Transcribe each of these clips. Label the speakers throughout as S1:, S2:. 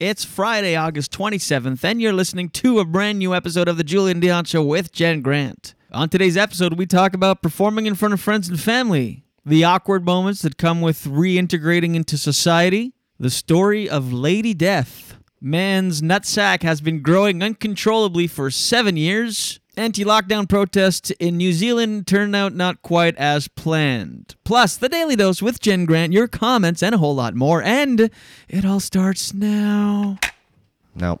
S1: It's Friday, August 27th, and you're listening to a brand new episode of The Julian Dion Show with Jen Grant. On today's episode, we talk about performing in front of friends and family, the awkward moments that come with reintegrating into society, the story of Lady Death. Man's nutsack has been growing uncontrollably for seven years. Anti lockdown protests in New Zealand turn out not quite as planned. Plus, the Daily Dose with Jen Grant, your comments, and a whole lot more. And it all starts now.
S2: No.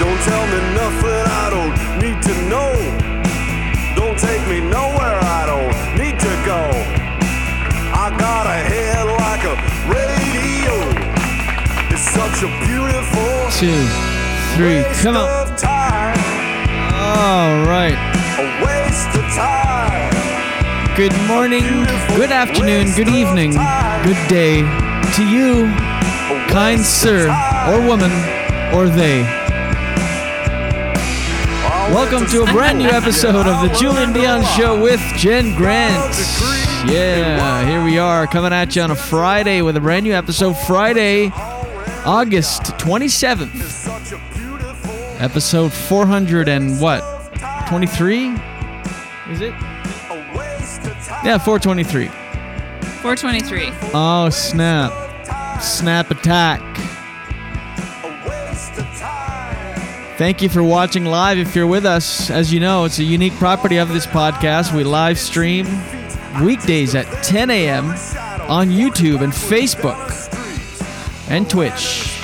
S3: Don't tell me nothing I don't need to know. Don't take me nowhere I don't need to go. I got a head like a radio. It's such a beautiful
S1: Two, three,
S3: waste
S1: come on.
S3: of time.
S1: All right.
S3: A waste of time.
S1: Good morning, good afternoon, good evening, good day to you,
S3: A waste
S1: kind
S3: of
S1: sir
S3: time.
S1: or woman or they.
S3: I went
S1: Welcome to a brand new episode of the Julian Dion Show with Jen Grant. Yeah, here we are coming at you on a Friday with a brand new episode. Friday, August 27th,
S3: Such a beautiful
S1: episode 400 and what? 23? Is it?
S3: a waste of time.
S1: Yeah, 423.
S4: 423.
S1: Oh, snap. Snap attack.
S3: A waste of time.
S1: Thank you for watching live if you're with us. As you know, it's a unique property of this podcast. We live stream weekdays at 10 a.m. on YouTube and Facebook. and Twitch.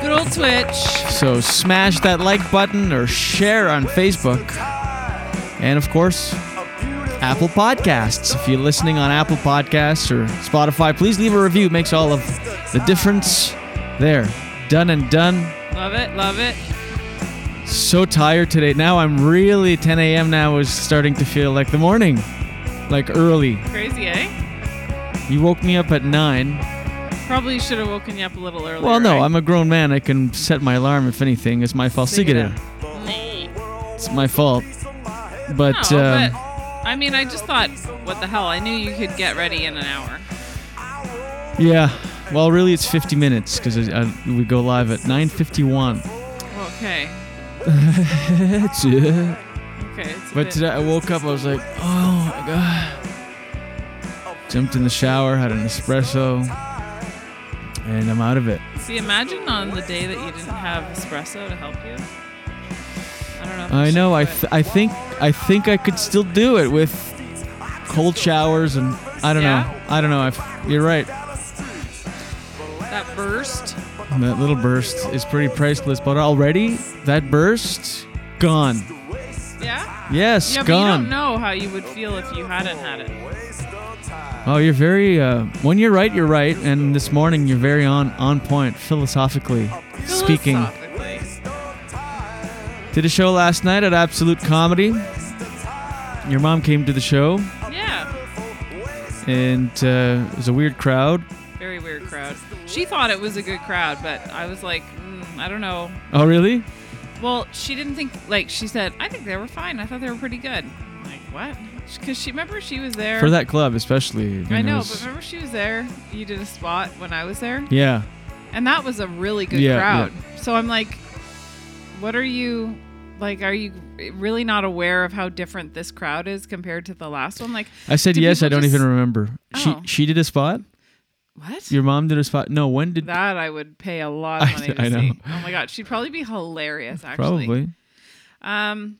S4: Good old Twitch.
S1: So smash that like button or share on Facebook. And of course, Apple Podcasts. If you're listening on Apple Podcasts or Spotify, please leave a review. It makes all of the difference. There. Done and done.
S4: Love it. Love it.
S1: So tired today. Now I'm really 10 a.m. now is starting to feel like the morning. Like early.
S4: Crazy, eh?
S1: You woke me up at 9.
S4: Probably should have woken you up a little earlier.
S1: Well, no,
S4: right?
S1: I'm a grown man. I can set my alarm if anything. It's my fault.
S4: Sig it
S1: Sigurd.
S4: up.
S1: It's my fault.
S4: No,
S1: But, um,
S4: but I mean, I just thought, what the hell? I knew you could get ready in an hour.
S1: Yeah. Well, really, it's 50 minutes because we go live at 9:51.
S4: Okay.
S1: That's it.
S4: Okay, it's a
S1: But uh,
S4: bit-
S1: today I woke up, I was like, oh my god. Jumped in the shower, had an espresso, and I'm out of it.
S4: See, imagine on the day that you didn't have espresso to help you. I don't know. if
S1: I
S4: should
S1: know.
S4: do
S1: I,
S4: it.
S1: th- I think I think I could still do it with cold showers and I don't
S4: Yeah?
S1: know. I don't know. If, you're right.
S4: that burst.
S1: That little burst is pretty priceless, but already that burst gone.
S4: Yeah.
S1: Yes,
S4: yeah, But you
S1: gone.
S4: don't know how you would feel if you hadn't had it.
S1: Oh, you're very. Uh, when you're right, you're right, and this morning you're very on on point philosophically speaking.
S4: Philosophically.
S1: Did a show last night at Absolute Comedy. Your mom came to the show,
S4: Yeah.
S1: and uh, it was a weird crowd.
S4: Very weird crowd. She thought it was a good crowd, but I was like, mm, I don't know.
S1: Oh, really?
S4: Well, she didn't think like she said. I think they were fine. I thought they were pretty good. I'm like what? Because she remember she was there
S1: For that club, especially.
S4: I
S1: mean, it
S4: know,
S1: was-
S4: but remember she was there. You did a spot when I was there.
S1: Yeah.
S4: And that was a really good
S1: Yeah,
S4: crowd. So I'm like, what are you like? Are you really not aware of how different this crowd is compared to the last one? Like,
S1: I said
S4: do
S1: yes. I
S4: people
S1: don't
S4: just-
S1: even remember.
S4: Oh.
S1: She she did a spot.
S4: What?
S1: Your mom did a spot. No, when did?
S4: That I would pay a lot of
S1: I-
S4: money to
S1: I know.
S4: see. Oh my god, she'd probably be hilarious. Actually,
S1: Probably.
S4: Um,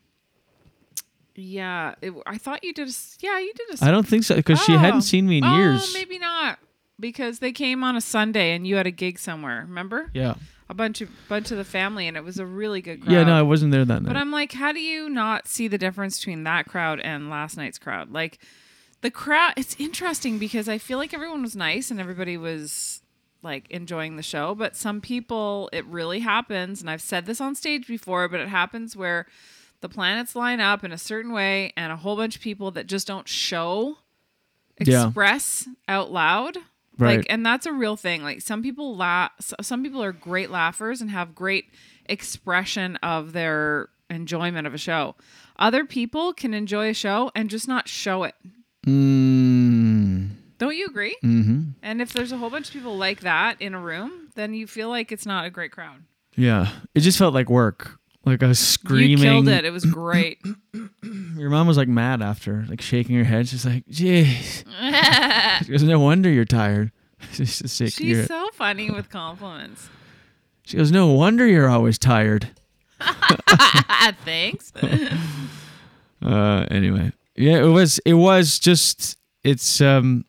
S4: yeah, it, I thought you did. A, s- yeah, you did. A, s-
S1: I don't think so, 'cause she hadn't seen me in
S4: Oh,
S1: years.
S4: Maybe not because they came on a Sunday and you had a gig somewhere. Remember?
S1: Yeah.
S4: a bunch of bunch of the family, and it was a really good crowd.
S1: Yeah, no, I wasn't there that night.
S4: But I'm like, how do you not see the difference between that crowd and last night's crowd? Like the crowd it's interesting because I feel like everyone was nice and everybody was like enjoying the show, but some people it really happens and I've said this on stage before, but it happens where the planets line up in a certain way and a whole bunch of people that just don't show
S1: Yeah.
S4: express out loud
S1: Right.
S4: like and that's a real thing like some people laugh some people are great laughers and have great expression of their enjoyment of a show other people can enjoy a show and just not show it
S1: Mm.
S4: don't you agree
S1: Mhm.
S4: and if there's a whole bunch of people like that in a room then you feel like it's not a great crowd
S1: Yeah. It just felt like work. Like I was screaming.
S4: you killed it it was great
S1: Your mom was like mad after, like shaking her head. She's like, "Jeez." She goes, "No wonder you're tired." She's just sick.
S4: she's so funny with compliments
S1: she goes, "No wonder you're always tired."
S4: thanks
S1: Uh, anyway, yeah, it was. It was just. It's um,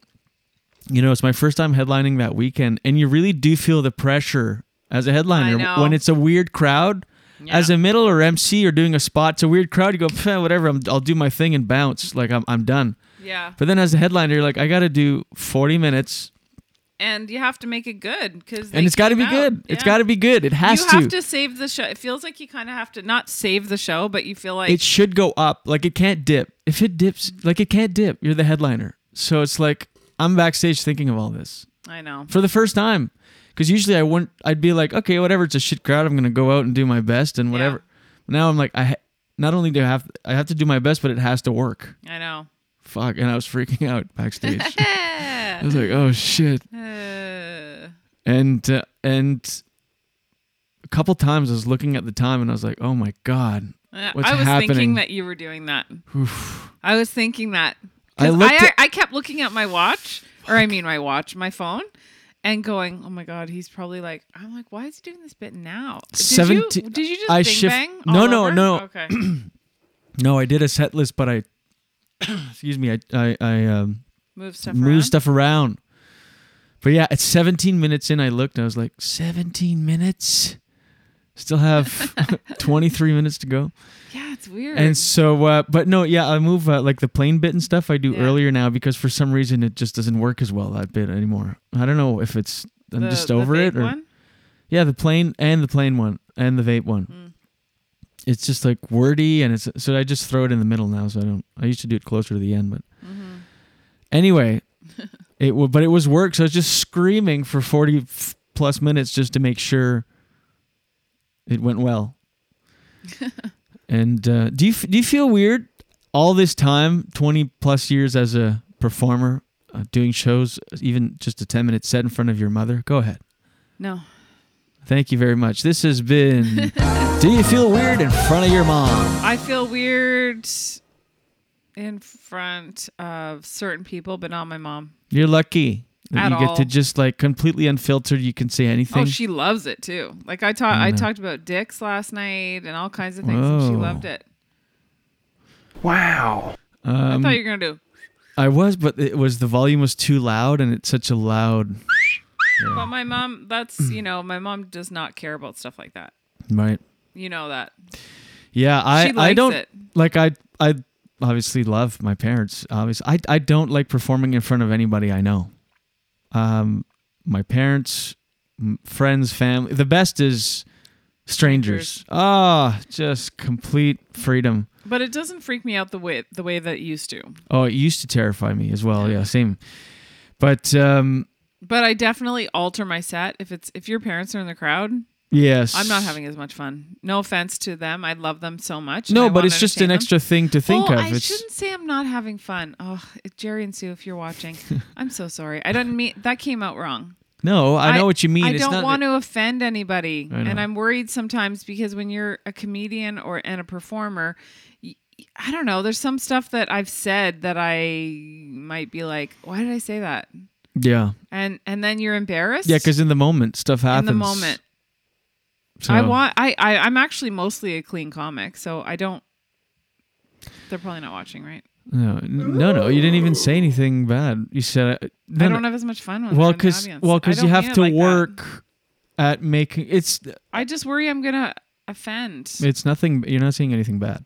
S1: you know, it's my first time headlining that weekend, and you really do feel the pressure as a headliner
S4: know.
S1: when it's a weird crowd. As a middle or MC or doing a spot, it's a weird crowd. You go, "Pfeh, whatever. I'm, I'll do my thing and bounce. Like I'm, I'm done.
S4: Yeah.
S1: But then as a headliner, you're like, I got to do 40 minutes,
S4: and you have to make it good because
S1: and it's got to be good. It's got to be good. It has
S4: you
S1: to.
S4: have to save the show. It feels like you kind of have to not save the show, but you feel like
S1: it should go up. Like it can't dip. If it dips, like it can't dip. You're the headliner, so it's like I'm backstage thinking of all this.
S4: I know.
S1: for the first time, because usually I wouldn't. I'd be like, okay, whatever. It's a shit crowd. I'm gonna go out and do my best and whatever. Now I'm like, I ha- not only do I have I have to do my best, but it has to work.
S4: I know.
S1: Fuck, and I was freaking out backstage. I was like, oh shit.
S4: Uh,
S1: And uh, and a couple times I was looking at the time and I was like, oh my god,
S4: uh,
S1: what's
S4: I was
S1: happening?
S4: thinking that you were doing that.
S1: Oof.
S4: I was thinking that. 'Cause
S1: I
S4: I,
S1: looked
S4: I,
S1: at-
S4: kept looking at my watch, or I mean my watch, my phone, and going, "Oh my god, he's probably like." I'm like, "Why is he doing this bit now?" Did you? Did you just
S1: I
S4: bing
S1: shift-
S4: bang?
S1: No,
S4: all
S1: no,
S4: over?
S1: no.
S4: Okay.
S1: no, I did a set list, but I excuse me, I I, I um
S4: Move stuff
S1: move
S4: around?
S1: stuff around. But yeah, at 17 minutes in, I looked and I was like, 17 minutes? Still have 23 minutes to go.
S4: yeah, it's weird.
S1: And so, uh, but no, yeah, I move uh, like the plane bit and stuff I do earlier now because for some reason it just doesn't work as well that bit anymore. I don't know if it's I'm
S4: The-
S1: just
S4: the
S1: over it
S4: vape
S1: or
S4: one?
S1: yeah, the plane and the plane one and the vape one. It's just like wordy and it's so I just throw it in the middle now. So I don't. I used to do it closer to the end, but anyway, it wa- but it was work. So I was just screaming for forty f- plus minutes just to make sure it went well. And uh, do you f- do you feel weird all this time, twenty plus years as a performer, uh, doing shows, even just a ten minute set in front of your mother? Go ahead.
S4: no,
S1: Thank you very much. This has been Do You Feel Weird in Front of Your Mom?
S4: I feel weird in front of certain people, but not my mom.
S1: You're lucky that
S4: At
S1: you get to
S4: all.
S1: just like completely unfiltered. You can say anything.
S4: Oh, she loves it too. Like I taught,
S1: I
S4: I
S1: know.
S4: talked about dicks last night and all kinds of things, and she
S1: Whoa.
S4: loved it.
S1: wow.
S4: I
S1: Um,
S4: thought you were gonna do
S1: I was, but it was the volume was too loud, and it's such a loud.
S4: But my mom, that's you know, my mom does not care about stuff like that.
S1: Right.
S4: You know that.
S1: Yeah, I
S4: She
S1: I
S4: likes
S1: don't
S4: it.
S1: like I I obviously love my parents. Obviously, I I don't like performing in front of anybody I know. Um, my parents, m- friends, family. The best is strangers. Ah, just complete freedom.
S4: But it doesn't freak me out the way the way that it used to.
S1: Oh, it used to terrify me as well. Yeah, same. But um,
S4: But I definitely alter my set if it's if your parents are in the crowd.
S1: Yes.
S4: I'm not having as much fun. No offense to them, I love them so much. and I
S1: no, but
S4: wanna
S1: it's just an
S4: entertain them.
S1: extra thing to think
S4: oh,
S1: of.
S4: I
S1: it's
S4: shouldn't say I'm not having fun. Oh, Jerry and Sue, if you're watching, I'm so sorry. I didn't mean that came out wrong.
S1: no, I, know what you mean.
S4: I
S1: it's
S4: don't
S1: not
S4: want to offend anybody,
S1: I know.
S4: and I'm worried sometimes because when you're a comedian or and a performer, y- I don't know. There's some stuff that I've said that I might be like, "Why did I say that?"
S1: Yeah,
S4: And and then you're embarrassed.
S1: yeah, because in the moment stuff
S4: in
S1: happens.
S4: the moment,
S1: So-
S4: I want. I, I I'm actually mostly a clean comic, so I don't. They're probably not watching, right?
S1: No, n- no, no. You didn't even say anything bad. You said uh, no,
S4: I
S1: no.
S4: don't have as much fun when
S1: Well,
S4: they're in the
S1: because
S4: audience.
S1: well,
S4: I
S1: because you
S4: don't
S1: have
S4: mean it
S1: to
S4: like that.
S1: work at making it's
S4: I just worry I'm gonna offend.
S1: it's nothing. You're not saying anything bad.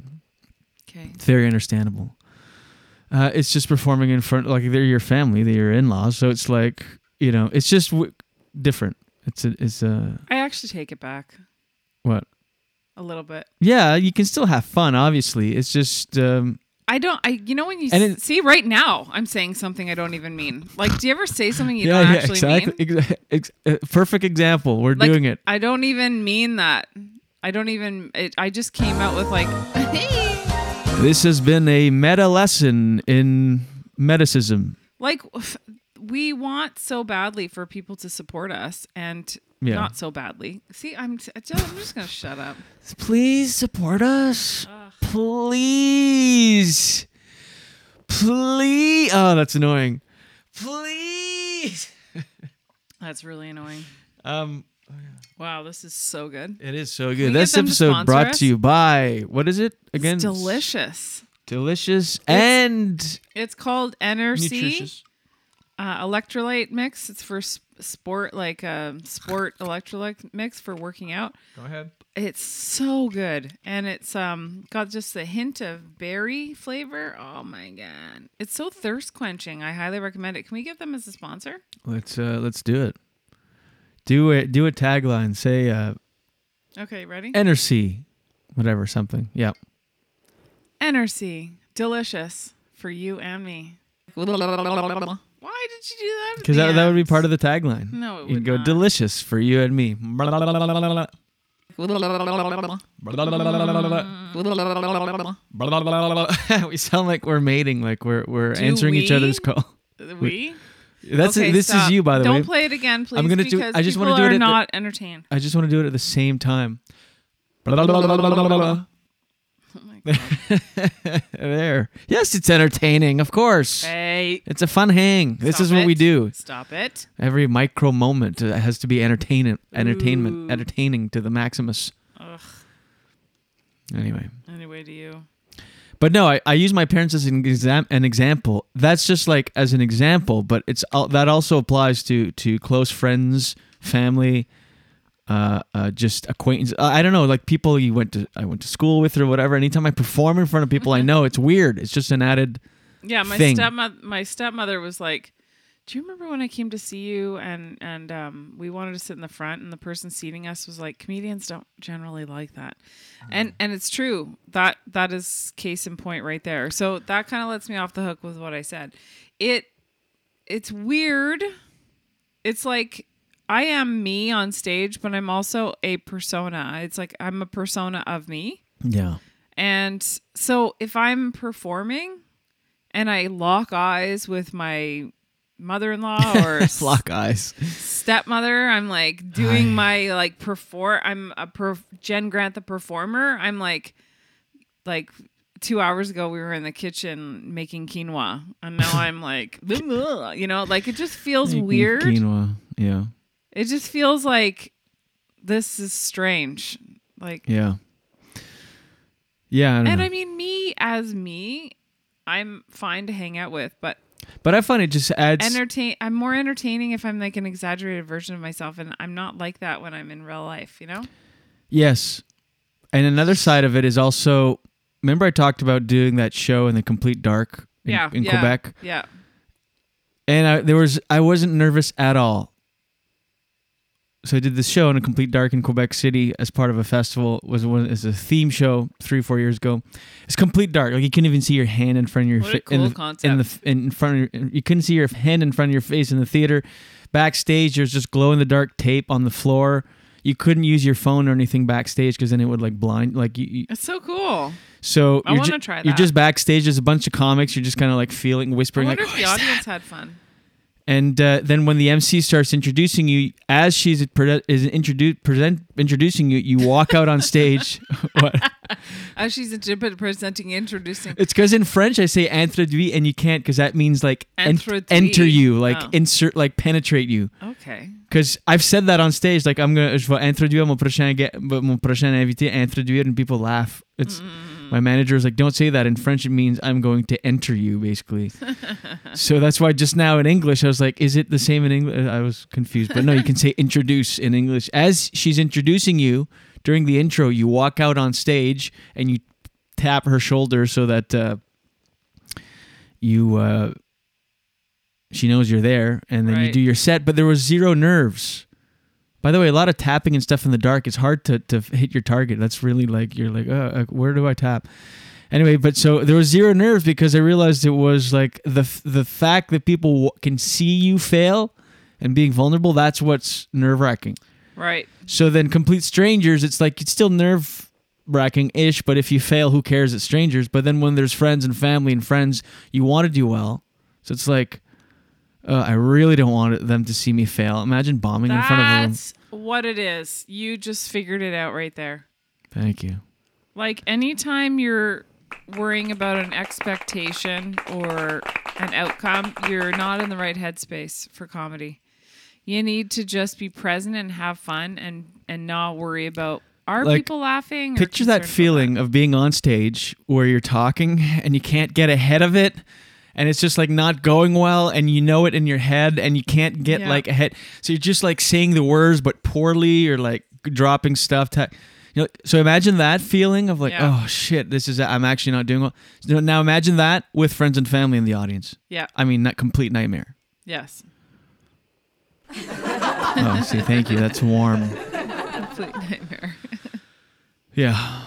S4: Okay.
S1: It's very understandable. Uh, it's just performing in front like they're your family, they're your in-laws, so it's like you know, it's just w- different. It's a it's a
S4: I actually take it back
S1: what?
S4: a little bit.
S1: Yeah, you can still have fun. Obviously, it's just um,
S4: I don't. I you know when you
S1: And
S4: s-
S1: it-
S4: see right now, I'm saying something I don't even mean. Like, do you ever say something you
S1: yeah,
S4: don't
S1: yeah,
S4: actually
S1: exactly.
S4: mean?
S1: exa- ex- uh, perfect example. We're
S4: Like,
S1: doing it.
S4: I don't even mean that. I don't even. It, I just came out with like,
S1: This has been a meta lesson in metacism.
S4: like f- we want so badly for people to support us and
S1: Yeah.
S4: not so badly. See, I'm. T- I'm just I'm just gonna shut up.
S1: Please support us. Please. Please. Oh, that's annoying. Please.
S4: That's really annoying.
S1: Um.
S4: Wow, this is so good.
S1: It is so
S4: Can we
S1: good. This
S4: get them to
S1: episode
S4: sponsor
S1: brought
S4: us?
S1: to you by what is it
S4: It's
S1: again?
S4: delicious.
S1: delicious and
S4: It's called NRC
S1: Nutritious.
S4: uh, electrolyte mix. It's for s- sport, like a sport electrolyte mix for working out.
S1: Go ahead.
S4: It's so good, and it's um got just a hint of berry flavor. Oh my god, it's so thirst quenching. I highly recommend it. Can we get them as a sponsor?
S1: let's uh let's do it. Do it. Do a tagline. Say uh,
S4: Okay, ready?
S1: NRC, whatever something. Yeah.
S4: NRC, delicious for you and me. Why did you do that? at
S1: Because
S4: the
S1: that, that would be
S4: end?
S1: part of the tagline.
S4: No, it
S1: you'd
S4: would
S1: go
S4: not. Mm.
S1: delicious for you and me. we sound like we're mating, like we're we're
S4: Do
S1: answering each
S4: we?
S1: other's call.
S4: We?
S1: That's
S4: Okay,
S1: this
S4: stop.
S1: is you, by the
S4: Don't
S1: way.
S4: play it again, please.
S1: I'm gonna do.
S4: because
S1: I just want
S4: people
S1: to do it.
S4: are
S1: at the-
S4: not entertained.
S1: I just want to do it at the same time. there. Yes, it's entertaining. Of course.
S4: Hey.
S1: It's a fun hang. This
S4: Stop
S1: is what we
S4: it.
S1: do.
S4: Stop it.
S1: Every micro moment uh, has to be entertaining, entertainment, entertaining to the maximus.
S4: Ugh.
S1: Anyway.
S4: Anyway, to you.
S1: But no, I, I use my parents as an, exam- an example. That's just like as an example, but it's al- that also applies to to close friends, family, uh, uh, just acquaintance. I I don't know, like people you went to I went to school with or whatever. Anytime I perform in front of people I
S4: Mm-hmm.
S1: know, it's weird. It's just an added
S4: Yeah, my
S1: thing.
S4: stepmother. My stepmother was like, "Do you remember when I came to see you and and um, we wanted to sit in the front and the person seating us was like, comedians don't generally like that, and and it's true that that is case in point right there. So that kind of lets me off the hook with what I said. It it's weird. It's like I am me on stage, but I'm also a persona. It's like I'm a persona of me.
S1: Yeah.
S4: And so if I'm performing and I lock eyes with my mother-in-law or s-
S1: Lock eyes.
S4: stepmother. I'm like doing my like perform. I'm a perf- Jen Grant the performer. I'm like, like two hours ago we were in the kitchen making quinoa, and now I'm like, you know, like it just feels
S1: Making
S4: weird.
S1: Quinoa. Yeah.
S4: It just feels like this is strange. Like,
S1: Yeah. Yeah. I don't
S4: and
S1: know.
S4: I mean, me as me, I'm fine to hang out with, but
S1: but I find it just adds.
S4: entertain. I'm more entertaining if I'm like an exaggerated version of myself, and I'm not like that when I'm in real life. You know?
S1: Yes. And another side of it is also remember I talked about doing that show in the complete dark in,
S4: yeah.
S1: in
S4: yeah,
S1: Quebec.
S4: Yeah.
S1: And I there was I wasn't nervous at all. So I did this show in a complete dark in Quebec City as part of a festival. It was one is a theme show three four years ago. It's complete dark. Like you couldn't even see your hand in front of your
S4: What a
S1: fa-
S4: cool
S1: in, the, in the in front of your, you couldn't see your hand in front of your face in the theater. Backstage there's just glow in the dark tape on the floor. You couldn't use your phone or anything backstage because then it would like blind like you, you
S4: It's so cool.
S1: so
S4: I
S1: you're
S4: wanna
S1: ju-
S4: try
S1: You're
S4: that.
S1: just backstage. There's a bunch of comics. You're just kind of like feeling,
S4: I
S1: whispering, like,
S4: wonder if the audience had fun.
S1: and uh, then when the MC starts introducing you, as she's pre- is introdu- present introducing you, you walk out on stage. what?
S4: As Oh, she's introdu- presenting, introducing.
S1: It's because in French I say introduit, and you can't because that means like en-
S4: Introduit.
S1: enter you, like
S4: Oh.
S1: insert, like penetrate you.
S4: Okay.
S1: Because I've said that on stage, like I'm gonna je vais introduire mon prochain gue- mon prochain invité, introduire, and people laugh. It's my manager was like, don't say that in French. It means I'm going to enter you, basically. so that's why just now in English, I was like, is it the same in English? I was confused, but no, you can say introduce in English. As she's introducing you during the intro, you walk out on stage and you tap her shoulder so that uh, you. Uh, she knows you're there and then you
S5: Right.
S1: do your set but there was zero nerves by the way a lot of tapping and stuff in the dark it's hard to, to hit your target that's really like you're like oh, like, where do i tap anyway but so there was zero nerves because i realized it was like the f- the fact that people w- can see you fail and being vulnerable that's what's nerve wracking
S4: Right.
S1: so then complete strangers it's like it's still nerve wracking ish but if you fail who cares it's strangers but then when there's friends and family and friends you want to do well so it's like uh, I really don't want them to see me fail. Imagine bombing in front of them.
S4: That's what it is. You just figured it out right there.
S1: Thank you.
S4: Like anytime you're worrying about an expectation or an outcome, you're not in the right headspace for comedy. You need to just be present and have fun and and not worry about are
S1: Like,
S4: people laughing? or
S1: Picture that
S4: concerned about
S1: feeling of being on stage where you're talking and you can't get ahead of it and it's just like not going well and you know it in your head and you can't get
S5: Yeah.
S1: like ahead. So you're just like saying the words but poorly or like dropping stuff. ta- you know, so imagine that feeling of like,
S4: Yeah.
S1: oh shit, this is I'm actually not doing well. So now imagine that with friends and family in the audience.
S4: Yeah.
S1: I mean, that complete nightmare.
S4: Yes.
S1: Oh, see, thank you. That's warm.
S4: Complete nightmare.
S1: Yeah.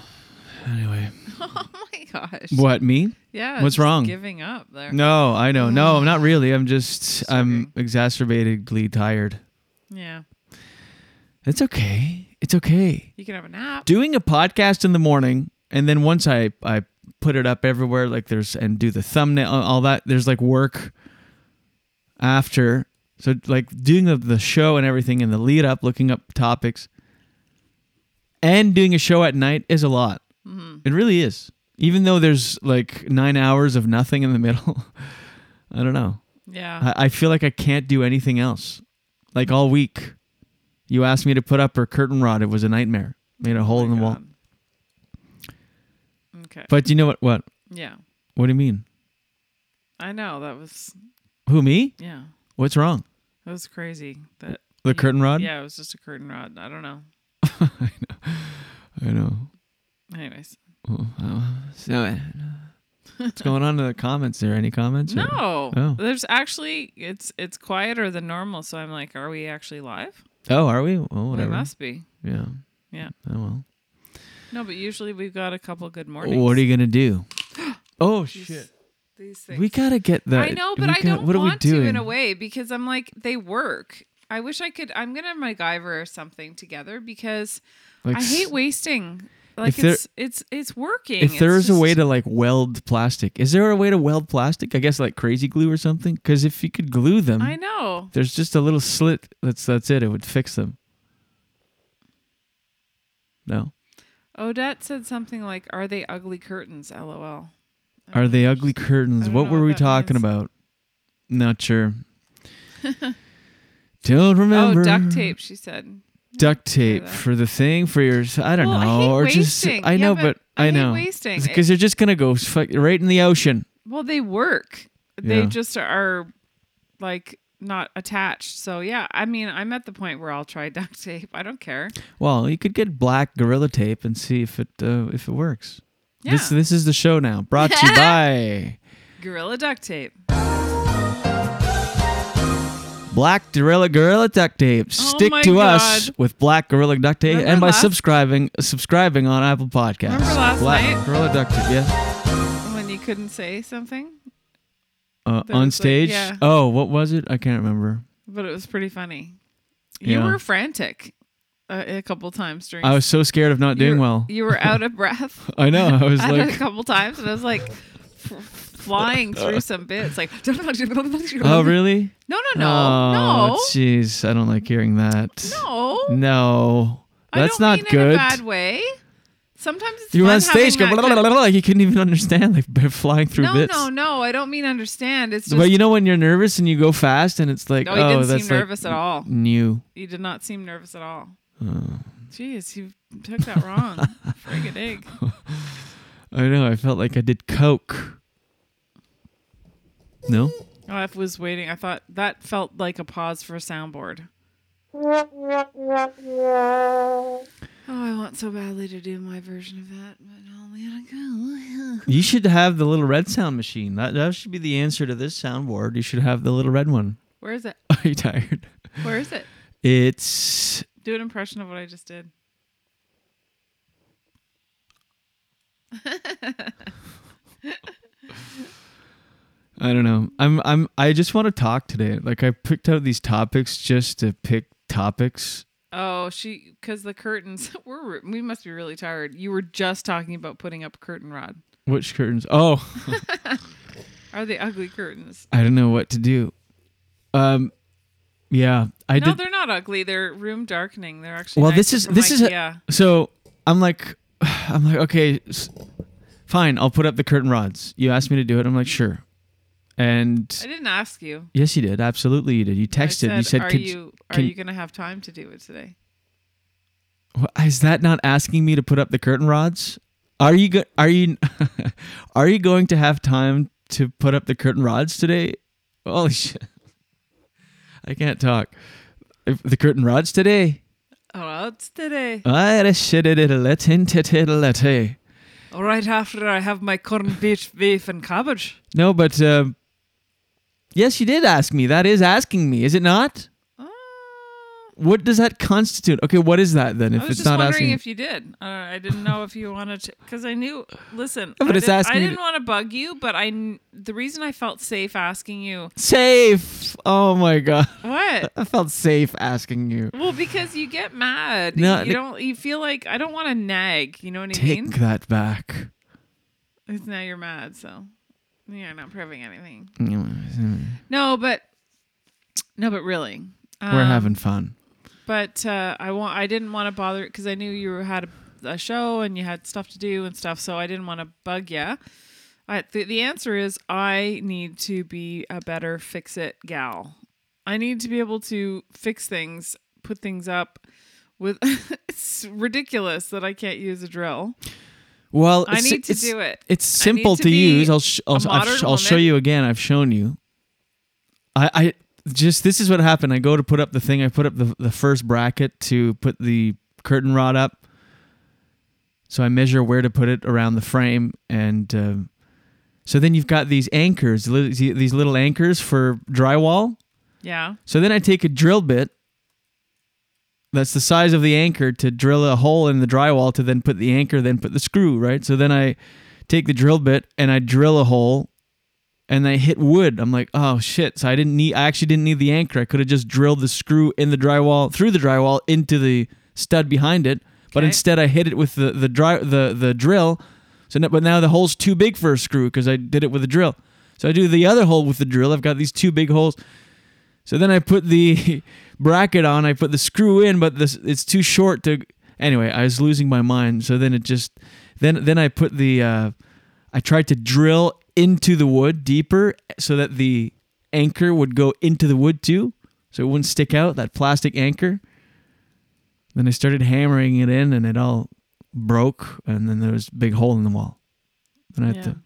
S1: Anyway.
S4: oh my gosh.
S1: What me?
S4: Yeah.
S1: What's
S4: just
S1: wrong?
S4: Giving up there.
S1: No, I know. No, I'm not really. I'm just I'm exacerbatedly tired.
S4: Yeah.
S1: It's okay. It's okay.
S4: You can have a nap.
S1: Doing a podcast in the morning and then once I I put it up everywhere like there's and do the thumbnail all that there's like work after. So like doing the, the show and everything and the lead up looking up topics and doing a show at night is a lot. It really is. Even though there's like nine hours of nothing in the middle, I don't know.
S4: Yeah.
S1: I, I feel like I can't do anything else. Like all week, you asked me to put up a curtain rod. It was a nightmare. Made a
S4: Oh
S1: hole in the wall.
S4: Okay.
S1: But you know what? What?
S4: Yeah.
S1: What do you mean?
S4: I know that was
S1: Who me?
S4: Yeah.
S1: What's wrong?
S4: that was crazy. That
S1: The curtain rod?
S4: Yeah, it was just a curtain rod. I don't know.
S1: I know.
S4: Anyways.
S1: Oh, oh, So, uh, what's going on in the comments? There any comments? or-
S4: No.
S1: Oh.
S4: There's actually it's it's quieter than normal, so I'm like, are we actually live?
S1: Oh, are we? Oh, whatever.
S4: must be.
S1: Yeah.
S4: Yeah.
S1: Oh well.
S4: No, but usually we've got a couple good mornings.
S1: What are you gonna do? oh shit.
S4: These things.
S1: We gotta get that.
S4: I know,
S1: we
S4: but I
S1: gotta-
S4: don't
S1: what are we
S4: want
S1: doing?
S4: to in a way because I'm like they work. I wish I could. I'm gonna MacGyver or something together because
S1: Like
S4: I
S1: s-
S4: hate wasting Like
S1: If there-
S4: it's it's it's working.
S1: If there
S4: It's
S1: is a way
S4: just-
S1: to like weld plastic, is there a way to weld plastic? I guess like crazy glue or something. Because if you could glue them,
S4: I know.
S1: There's just a little slit. That's that's it. It would fix them. No,
S4: Odette said something like, "Are they ugly curtains?" LOL.
S1: are they ugly curtains? What were we talking about? Not sure. Don't remember.
S4: Oh, duct tape. She said.
S1: Duct tape for the thing for your. I don't
S4: Well, I
S1: know.
S4: hate
S1: or
S4: wasting.
S1: just I
S4: Yeah,
S1: know,
S4: but
S1: but,
S4: I hate
S1: know
S4: wasting.
S1: because
S4: It-
S1: they're just gonna go fuck, right in the ocean.
S4: Well, they work. They
S1: Yeah.
S4: just are like not attached. So yeah, I mean, I'm at the point where I'll try duct tape. I don't care.
S1: Well, you could get black gorilla tape and see if it uh, if it works. This
S4: Yeah.
S1: this is the show now. Brought to you by
S4: Gorilla duct tape.
S1: Black Gorilla Gorilla Duct Tape.
S4: Oh
S1: Stick
S4: my
S1: to us with Black Gorilla Duct Tape
S4: Remember
S1: and by
S4: last-
S1: subscribing subscribing on Apple Podcasts.
S4: Remember last
S1: Black
S4: night?
S1: Gorilla Duct Tape. Yeah.
S4: When you couldn't say something,
S1: Uh,
S4: That
S1: on
S4: was like-
S1: stage.
S4: yeah.
S1: Oh, what was it? I can't remember.
S4: but it was pretty funny. You
S1: Yeah.
S4: were frantic uh, a couple times during.
S1: I was so scared of not
S4: You
S1: doing
S4: were-
S1: well.
S4: You were out of breath.
S1: I know, I was
S4: had it
S1: like-
S4: a couple times, and I was like f- flying through some bits, like.
S1: Oh, really?
S4: No, no, no,
S1: Oh,
S4: no.
S1: Jeez, I don't like hearing that.
S4: No.
S1: No.
S4: I
S1: That's
S4: don't
S1: not
S4: mean
S1: good.
S4: In a bad way. Sometimes it's
S1: you were
S4: fun
S1: on stage, go
S4: having
S1: blah,
S4: that
S1: blah, blah, blah, like you couldn't even understand, like b- flying through
S4: no,
S1: bits.
S4: no, no. I don't mean understand. It's just.
S1: but you know when you're nervous and you go fast and it's like,
S4: no,
S1: oh,
S4: he didn't
S1: that's
S4: seem
S1: like
S4: nervous at all.
S1: New.
S4: You did not seem nervous at all.
S1: Oh.
S4: Jeez, you took that wrong. Friggin' egg.
S1: I know. I felt like I did coke. No.
S4: Oh, I was waiting. I thought that felt like a pause for a soundboard. Oh, I want so badly to do my version of that, but only I go.
S1: You should have the little red sound machine. That that should be the answer to this soundboard. You should have the little red one.
S4: Where is it?
S1: Are you tired?
S4: Where is it?
S1: It's
S4: Do an impression of what I just did.
S1: I don't know. I'm I'm I just want to talk today. Like I picked out these topics just to pick topics.
S4: Oh, she because the curtains were re- we must be really tired. You were just talking about putting up a curtain rod.
S1: Which curtains? Oh,
S4: Are they ugly curtains?
S1: I don't know what to do. Um yeah, I
S4: no,
S1: did
S4: they're not ugly. They're room darkening. They're actually
S1: Well, this
S4: nice. They're
S1: is
S4: from
S1: this is
S4: IKEA.
S1: a, so I'm like I'm like okay, s- fine, I'll put up the curtain rods. You asked me to do it. I'm like sure. And
S4: I didn't ask you.
S1: Yes, you did. Absolutely, you did. You
S4: I
S1: texted. you said,
S4: "Are
S1: "Could-
S4: you are
S1: can-
S4: you going to have time to do it today?"
S1: Wh- Is that not asking me to put up the curtain rods? Are you go- are you are you going to have time to put up the curtain rods today? Holy shit! I can't talk. If The curtain rods today.
S4: Oh, it's today.
S1: I had a shit it let in tit- tit- let, hey.
S4: All right after I have my corned beef, beef and cabbage.
S1: No, but um yes, you did ask me. That is asking me, is it not?
S4: Ah.
S1: What does that constitute? Okay, what is that then? If
S4: I was
S1: it's
S4: just
S1: not
S4: wondering
S1: asking,
S4: if you did. Uh, I didn't know if you wanted to, because I knew. Listen,
S1: But
S4: I,
S1: it's
S4: didn't, I
S1: asking you
S4: didn't
S1: to-
S4: want to bug you, but I kn- the reason I felt safe asking you.
S1: safe. Oh my god.
S4: What?
S1: I felt safe asking you.
S4: Well, because you get mad.
S1: No,
S4: you
S1: the-
S4: don't. You feel like I don't want to nag. You know what I mean?
S1: Take that back.
S4: Because now you're mad, so yeah, I'm not proving anything. No, but no, but really,
S1: We're
S4: Um,
S1: having fun.
S4: But uh, I want. I didn't want to bother because I knew you had a, a show and you had stuff to do and stuff. So I didn't want to bug you. I, the, the answer is I need to be a better fix it gal. I need to be able to fix things, put things up. With it's ridiculous that I can't use a drill.
S1: Well,
S4: I
S1: it's,
S4: need to
S1: it's-
S4: do it.
S1: It's
S4: I need
S1: simple
S4: to
S1: to,
S4: be
S1: use. I'll sh-
S4: a
S1: I'll, I've
S4: modern
S1: sh- I'll show
S4: woman.
S1: you again. I've shown you. I I just this is what happened. I go to put up the thing. I put up the the first bracket to put the curtain rod up. So I measure where to put it around the frame, and um, so then you've got these anchors, li- these little anchors for drywall.
S4: Yeah.
S1: So then I take a drill bit that's the size of the anchor to drill a hole in the drywall to then put the anchor, then put the screw, right? So then I take the drill bit and I drill a hole and I hit wood. I'm like, oh shit. So I didn't need, I actually didn't need the anchor. I could have just drilled the screw in the drywall, through the drywall into the stud behind it. But
S4: Okay.
S1: instead, I hit it with the the dry, the the drill. So, no, but now the hole's too big for a screw because I did it with a drill. So I do the other hole with the drill. I've got these two big holes. So then I put the bracket on. I put the screw in, but this it's too short to. Anyway, I was losing my mind. So then it just then then I put the uh, I tried to drill into the wood deeper so that the anchor would go into the wood too, so it wouldn't stick out that plastic anchor. Then I started hammering it in, and it all broke, and then there was a big hole in the wall. Then I had to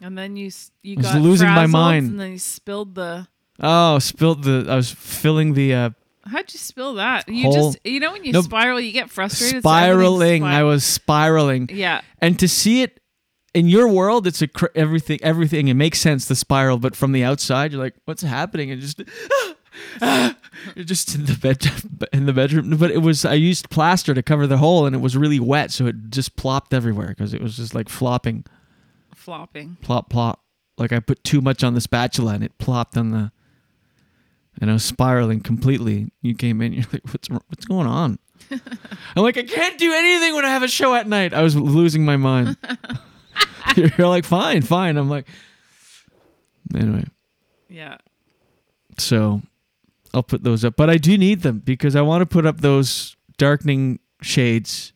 S4: And then you s- you
S1: I was
S4: got
S1: losing my
S4: frazzled,
S1: mind.
S4: and then you spilled the.
S1: oh spilled the I was filling the uh,
S4: How'd you spill that? You
S1: Whole-
S4: just you know when you
S1: Nope.
S4: spiral, you get frustrated. so everything's
S1: spiraling.
S4: spir-
S1: I was spiraling.
S4: Yeah.
S1: And to see it in your world, it's a cr- everything. Everything it makes sense the spiral, but from the outside, you're like, what's happening? And just. ah, You're just in the bed in the bedroom, but it was I used plaster to cover the hole, and it was really wet, so it just plopped everywhere because it was just like flopping,
S4: flopping.
S1: plop, plop. Like I put too much on the spatula, and it plopped on the, and I was spiraling completely. You came in, you're like, what's wr- what's going on? I'm like, I can't do anything when I have a show at night. I was losing my mind. You're like, fine, fine. I'm like, anyway.
S4: Yeah.
S1: So I'll put those up, but I do need them because I want to put up those darkening shades.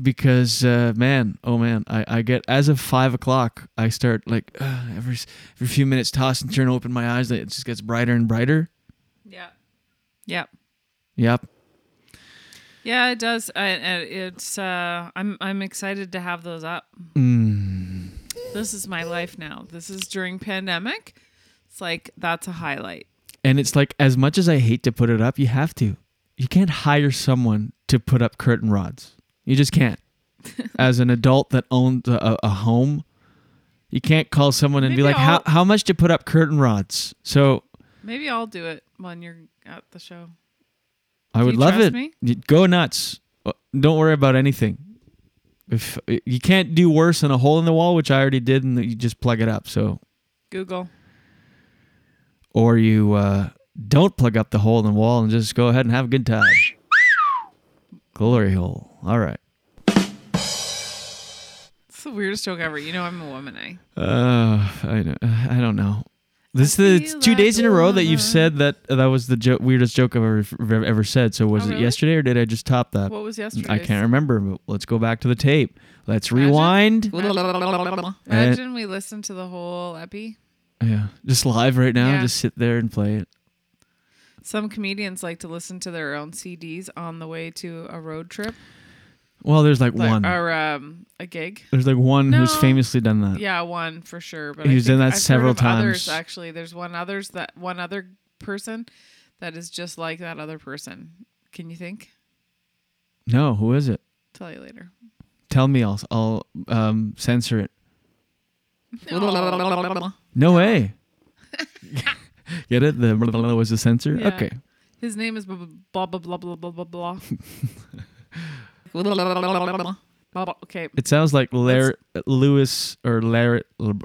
S1: Because uh, man, oh man, I, I get as of five o'clock, I start like uh, every s- every few minutes toss and turn, open my eyes, it just gets brighter and brighter.
S4: Yep.
S1: Yep.
S4: Yeah, it does. I, I- it's uh, I'm I'm excited to have those up.
S1: Mm.
S4: This is my life now. This is during pandemic. It's like that's a highlight.
S1: And it's like as much as I hate to put it up, you have to. You can't hire someone to put up curtain rods. You just can't. as an adult that owns a- a, a home, you can't call someone and be
S4: Maybe
S1: like, "How
S4: I'll-
S1: how much to put up curtain rods?" So
S4: Maybe I'll do it when you're at the show.
S1: I
S4: Do
S1: would
S4: you
S1: love
S4: trust
S1: it.
S4: me?
S1: You- Go nuts. Uh, Don't worry about anything. If you can't do worse than a hole in the wall, which I already did, and you just plug it up. So
S4: Google.
S1: or you uh, don't plug up the hole in the wall and just go ahead and have a good time. Glory hole. All right.
S4: It's the weirdest joke ever. You know I'm a woman, eh?
S1: Uh, I don't, I don't know. This is the two days in a row that you've said that that was the jo- weirdest joke I've ever, ever said. So was
S4: Oh,
S1: it
S4: really?
S1: yesterday or did I just top that?
S4: What was
S1: Uh, I
S4: yesterday's?
S1: can't remember. But let's go back to the tape. Let's rewind.
S4: Imagine we listened to the whole epi.
S1: Yeah, just live right now.
S4: Yeah.
S1: Just sit there and play it.
S4: Some comedians like to listen to their own CDs on the way to a road trip
S1: Well, there's like, one.
S4: or um, a gig.
S1: There's like one who's
S4: No.
S1: famously done that.
S4: Yeah, one for sure. But
S1: He's
S4: I think
S1: done that
S4: I've heard
S1: several
S4: of Others,
S1: times.
S4: actually, there's one others that one other person that is just like that other person. Can you think?
S1: No, who is it?
S4: Tell you later.
S1: Tell me. I'll I'll um, censor it.
S4: No.
S1: No way. Get it? The blah, blah, blah was the censor.
S4: Yeah.
S1: Okay.
S4: His name is blah blah blah blah blah blah blah blah. blah. blah. Okay.
S1: It sounds like Lar- Lewis or Larry. It,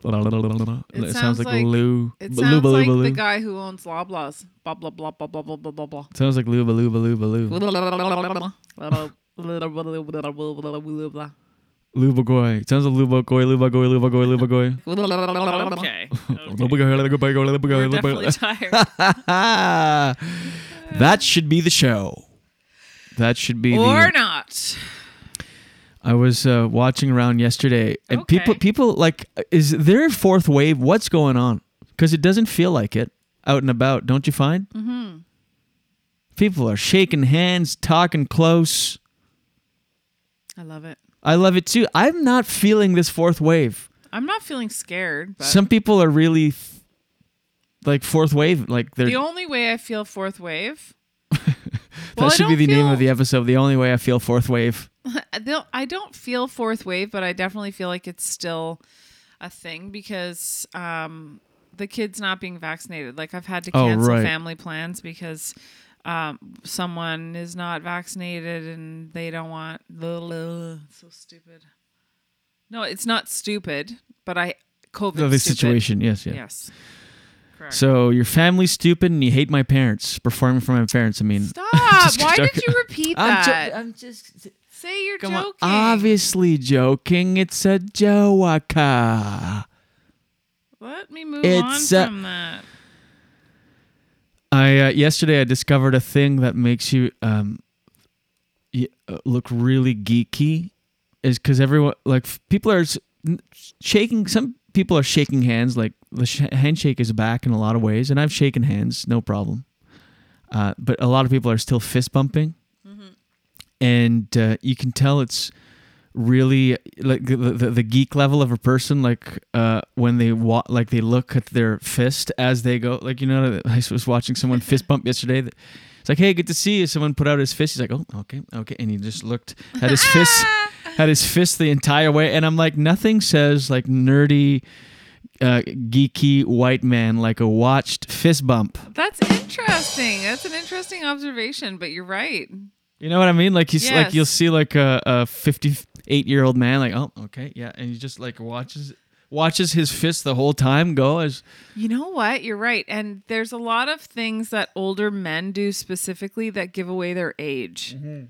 S4: It,
S1: sounds like, Lou.
S4: It
S1: Baloo,
S4: sounds
S1: baloo,
S4: like the
S1: baloo.
S4: guy who owns Loblaws. Blah blah blah blah blah blah blah blah blah.
S1: Sounds like Lou Baloo Baloo Baloo. Lou Bagoy. Sounds like Lou Bagoy, Lou Bagoy, Lou Bagoy, Lou Bagoy.
S4: Okay.
S1: Lou Bagoy, Lou Bagoy, Lou Bagoy,
S4: We're
S1: Lou Bagoy.
S4: definitely
S1: That should be the show. That should be
S4: Or
S1: the,
S4: not.
S1: I was uh, watching around yesterday, and people,
S4: Okay.
S1: people like, is there a fourth wave? What's going on? Because it doesn't feel like it out and about, don't you find?
S4: Mm-hmm.
S1: People are shaking hands, talking close.
S4: I love it.
S1: I love it too. I'm not feeling this fourth wave.
S4: I'm not feeling scared, but
S1: Some people are really f- like fourth wave, like they're.
S4: the only way I feel fourth wave.
S1: that
S4: well, I
S1: should be
S4: don't
S1: the name of the episode. The only way I feel fourth wave.
S4: I don't- I don't feel fourth wave, but I definitely feel like it's still a thing because um, the kids not being vaccinated. Like I've had to
S1: Oh,
S4: cancel
S1: right.
S4: family plans because um, someone is not vaccinated and they don't want. so stupid. No, it's not stupid, but I COVID
S1: Of the
S4: stupid.
S1: situation, yes, yeah.
S4: yes. Correct.
S1: So your family's stupid and you hate my parents. Performing for my parents, I mean.
S4: Stop.
S1: Just
S4: Why did
S1: joking.
S4: you repeat
S1: I'm jo-
S4: that?
S1: I'm just.
S4: Say you're
S1: Come on.
S4: joking.
S1: Obviously joking. It's a joaka.
S4: Let me move
S1: It's,
S4: on
S1: uh,
S4: from that.
S1: I uh, yesterday I discovered a thing that makes you um y- uh, look really geeky is cuz everyone like f- people are s- n- shaking some people are shaking hands like the sh- handshake is back in a lot of ways and I've shaken hands no problem. Uh, but a lot of people are still fist bumping. And uh, you can tell it's really like the, the, the geek level of a person like uh, when they wa- like they look at their fist as they go like you know I was watching someone fist bump yesterday that it's like hey good to see you someone put out his fist he's like oh okay okay and he just looked at his fist had his fist the entire way and I'm like nothing says like nerdy uh, geeky white man like a watched fist bump
S4: That's interesting. That's an interesting observation, but you're right.
S1: You know what I mean? Like he's like
S4: Yes.
S1: you'll see like a, a fifty-eight year old man, like oh okay yeah, and he just like watches watches his fist the whole time go as
S4: You know what? You're right. And there's a lot of things that older men do specifically that give away their age.
S1: Mm-hmm.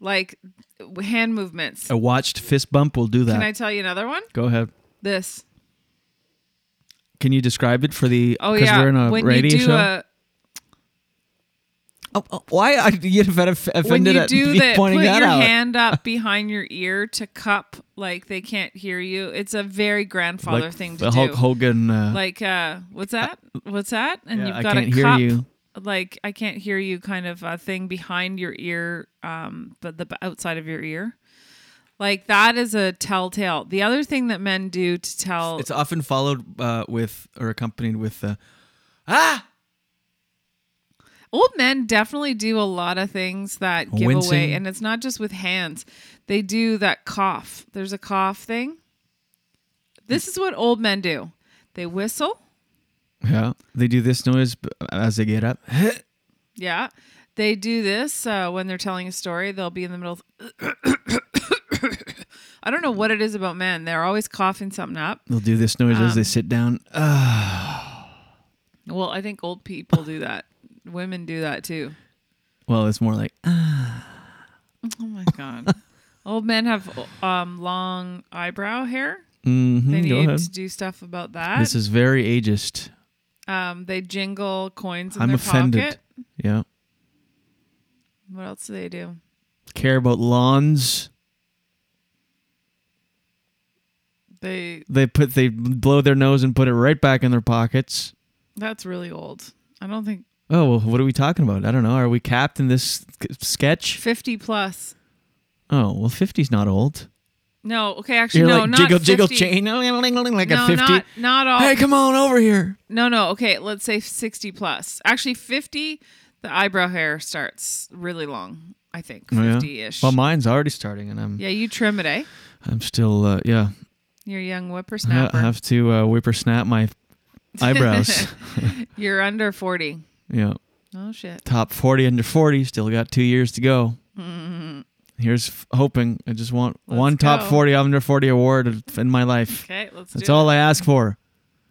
S4: Like w- hand movements.
S1: a watched fist bump will do that.
S4: Can I tell you another one?
S1: go ahead.
S4: This.
S1: Can you describe it for the?
S4: Oh
S1: 'cause
S4: yeah.
S1: we're in a
S4: when
S1: radio
S4: you do
S1: show. Oh,
S4: a
S1: Why are you get off- offended
S4: when you
S1: at
S4: do
S1: me
S4: that, put
S1: pointing
S4: your
S1: that out?
S4: hand up behind your ear to cup like they can't hear you. It's a very grandfather
S1: Like
S4: thing to
S1: the Hulk
S4: do.
S1: Hogan, uh,
S4: like uh, what's that? What's that? And
S1: Yeah, I
S4: you've got
S1: can't
S4: a
S1: hear
S4: cup.
S1: you.
S4: Like I can't hear you, kind of a thing behind your ear, um, but the b- outside of your ear, like that is a telltale. The other thing that men do to tell
S1: It's often followed uh, with or accompanied with uh, ah
S4: Old men definitely do a lot of things that give away,
S1: Wincing.
S4: and it's not just with hands. They do that cough. There's a cough thing. This is what old men do. They whistle.
S1: yeah. They do this noise b- as they get up.
S4: Yeah. They do this uh, when they're telling a story. They'll be in the middle. Of I don't know what it is about men. They're always coughing something up.
S1: They'll do this noise as
S4: Um,
S1: they sit down. Ah.
S4: Well, I think old people do that. Women do that too.
S1: well, it's more like uh,
S4: Oh my god. Old men have um, long eyebrow hair.
S1: Mhm,
S4: they need
S1: go ahead.
S4: to do stuff about that.
S1: This is very ageist.
S4: um, they jingle coins in
S1: I'm
S4: their
S1: offended.
S4: pocket.
S1: Yeah.
S4: What else do they do?
S1: Care about lawns.
S4: They
S1: They put they blow their nose and put it right back in their pockets.
S4: that's really old. I don't think
S1: Oh, well, what are we talking about? I don't know. Are we capped in this sk- sketch?
S4: fifty plus.
S1: Oh, well, 50's not old.
S4: No, okay, actually,
S1: You're
S4: no,
S1: like
S4: not
S1: jiggle, jiggle
S4: 50.
S1: chain, oh, ling, ling, ling, like a
S4: no,
S1: 50.
S4: Not, not all.
S1: Hey, come on over here.
S4: No, no, okay, let's say sixty plus. Actually, fifty, the eyebrow hair starts really long. I think
S1: Oh, yeah.
S4: fifty-ish.
S1: Well, mine's already starting, and I'm
S4: yeah, you trim it, eh?
S1: I'm still uh, yeah.
S4: You're a young
S1: I
S4: whippersnapper.
S1: I have to uh, whipper snap my eyebrows.
S4: You're under forty.
S1: yeah,
S4: Oh shit.
S1: top 40 under 40. Still got two years to go.
S4: Mhm.
S1: Here's f- hoping. I just want
S4: Let's
S1: one top
S4: go.
S1: 40 under 40 award in my life.
S4: Okay, let's
S1: That's
S4: do
S1: all
S4: it.
S1: I ask for.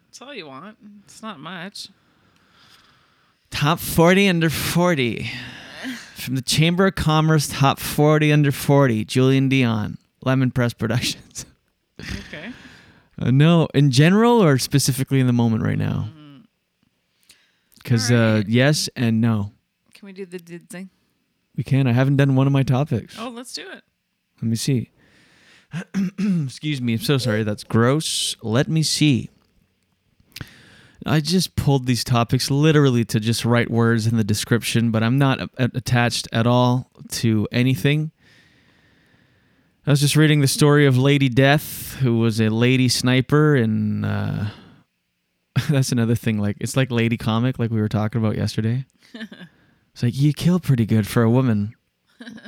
S4: That's all you want. It's not much.
S1: Top 40 under 40. From the Chamber of Commerce Top 40 under 40, Julian Dion, Lemon Press Productions.
S4: Okay.
S1: Uh, no, in general or specifically in the moment right now?
S4: Mm-hmm.
S1: Because uh, yes and no.
S4: Can we do the did thing?
S1: We can. I haven't done one of my topics.
S4: Oh, let's do it.
S1: Let me see. Excuse me. I'm so sorry. That's gross. Let me see. I just pulled these topics literally to just write words in the description, but I'm not a- a- attached at all to anything. I was just reading the story of Lady Death, who was a lady sniper, and uh, that's another thing. Like it's like Lady Comic, like we were talking about yesterday. it's like you kill pretty good for a woman,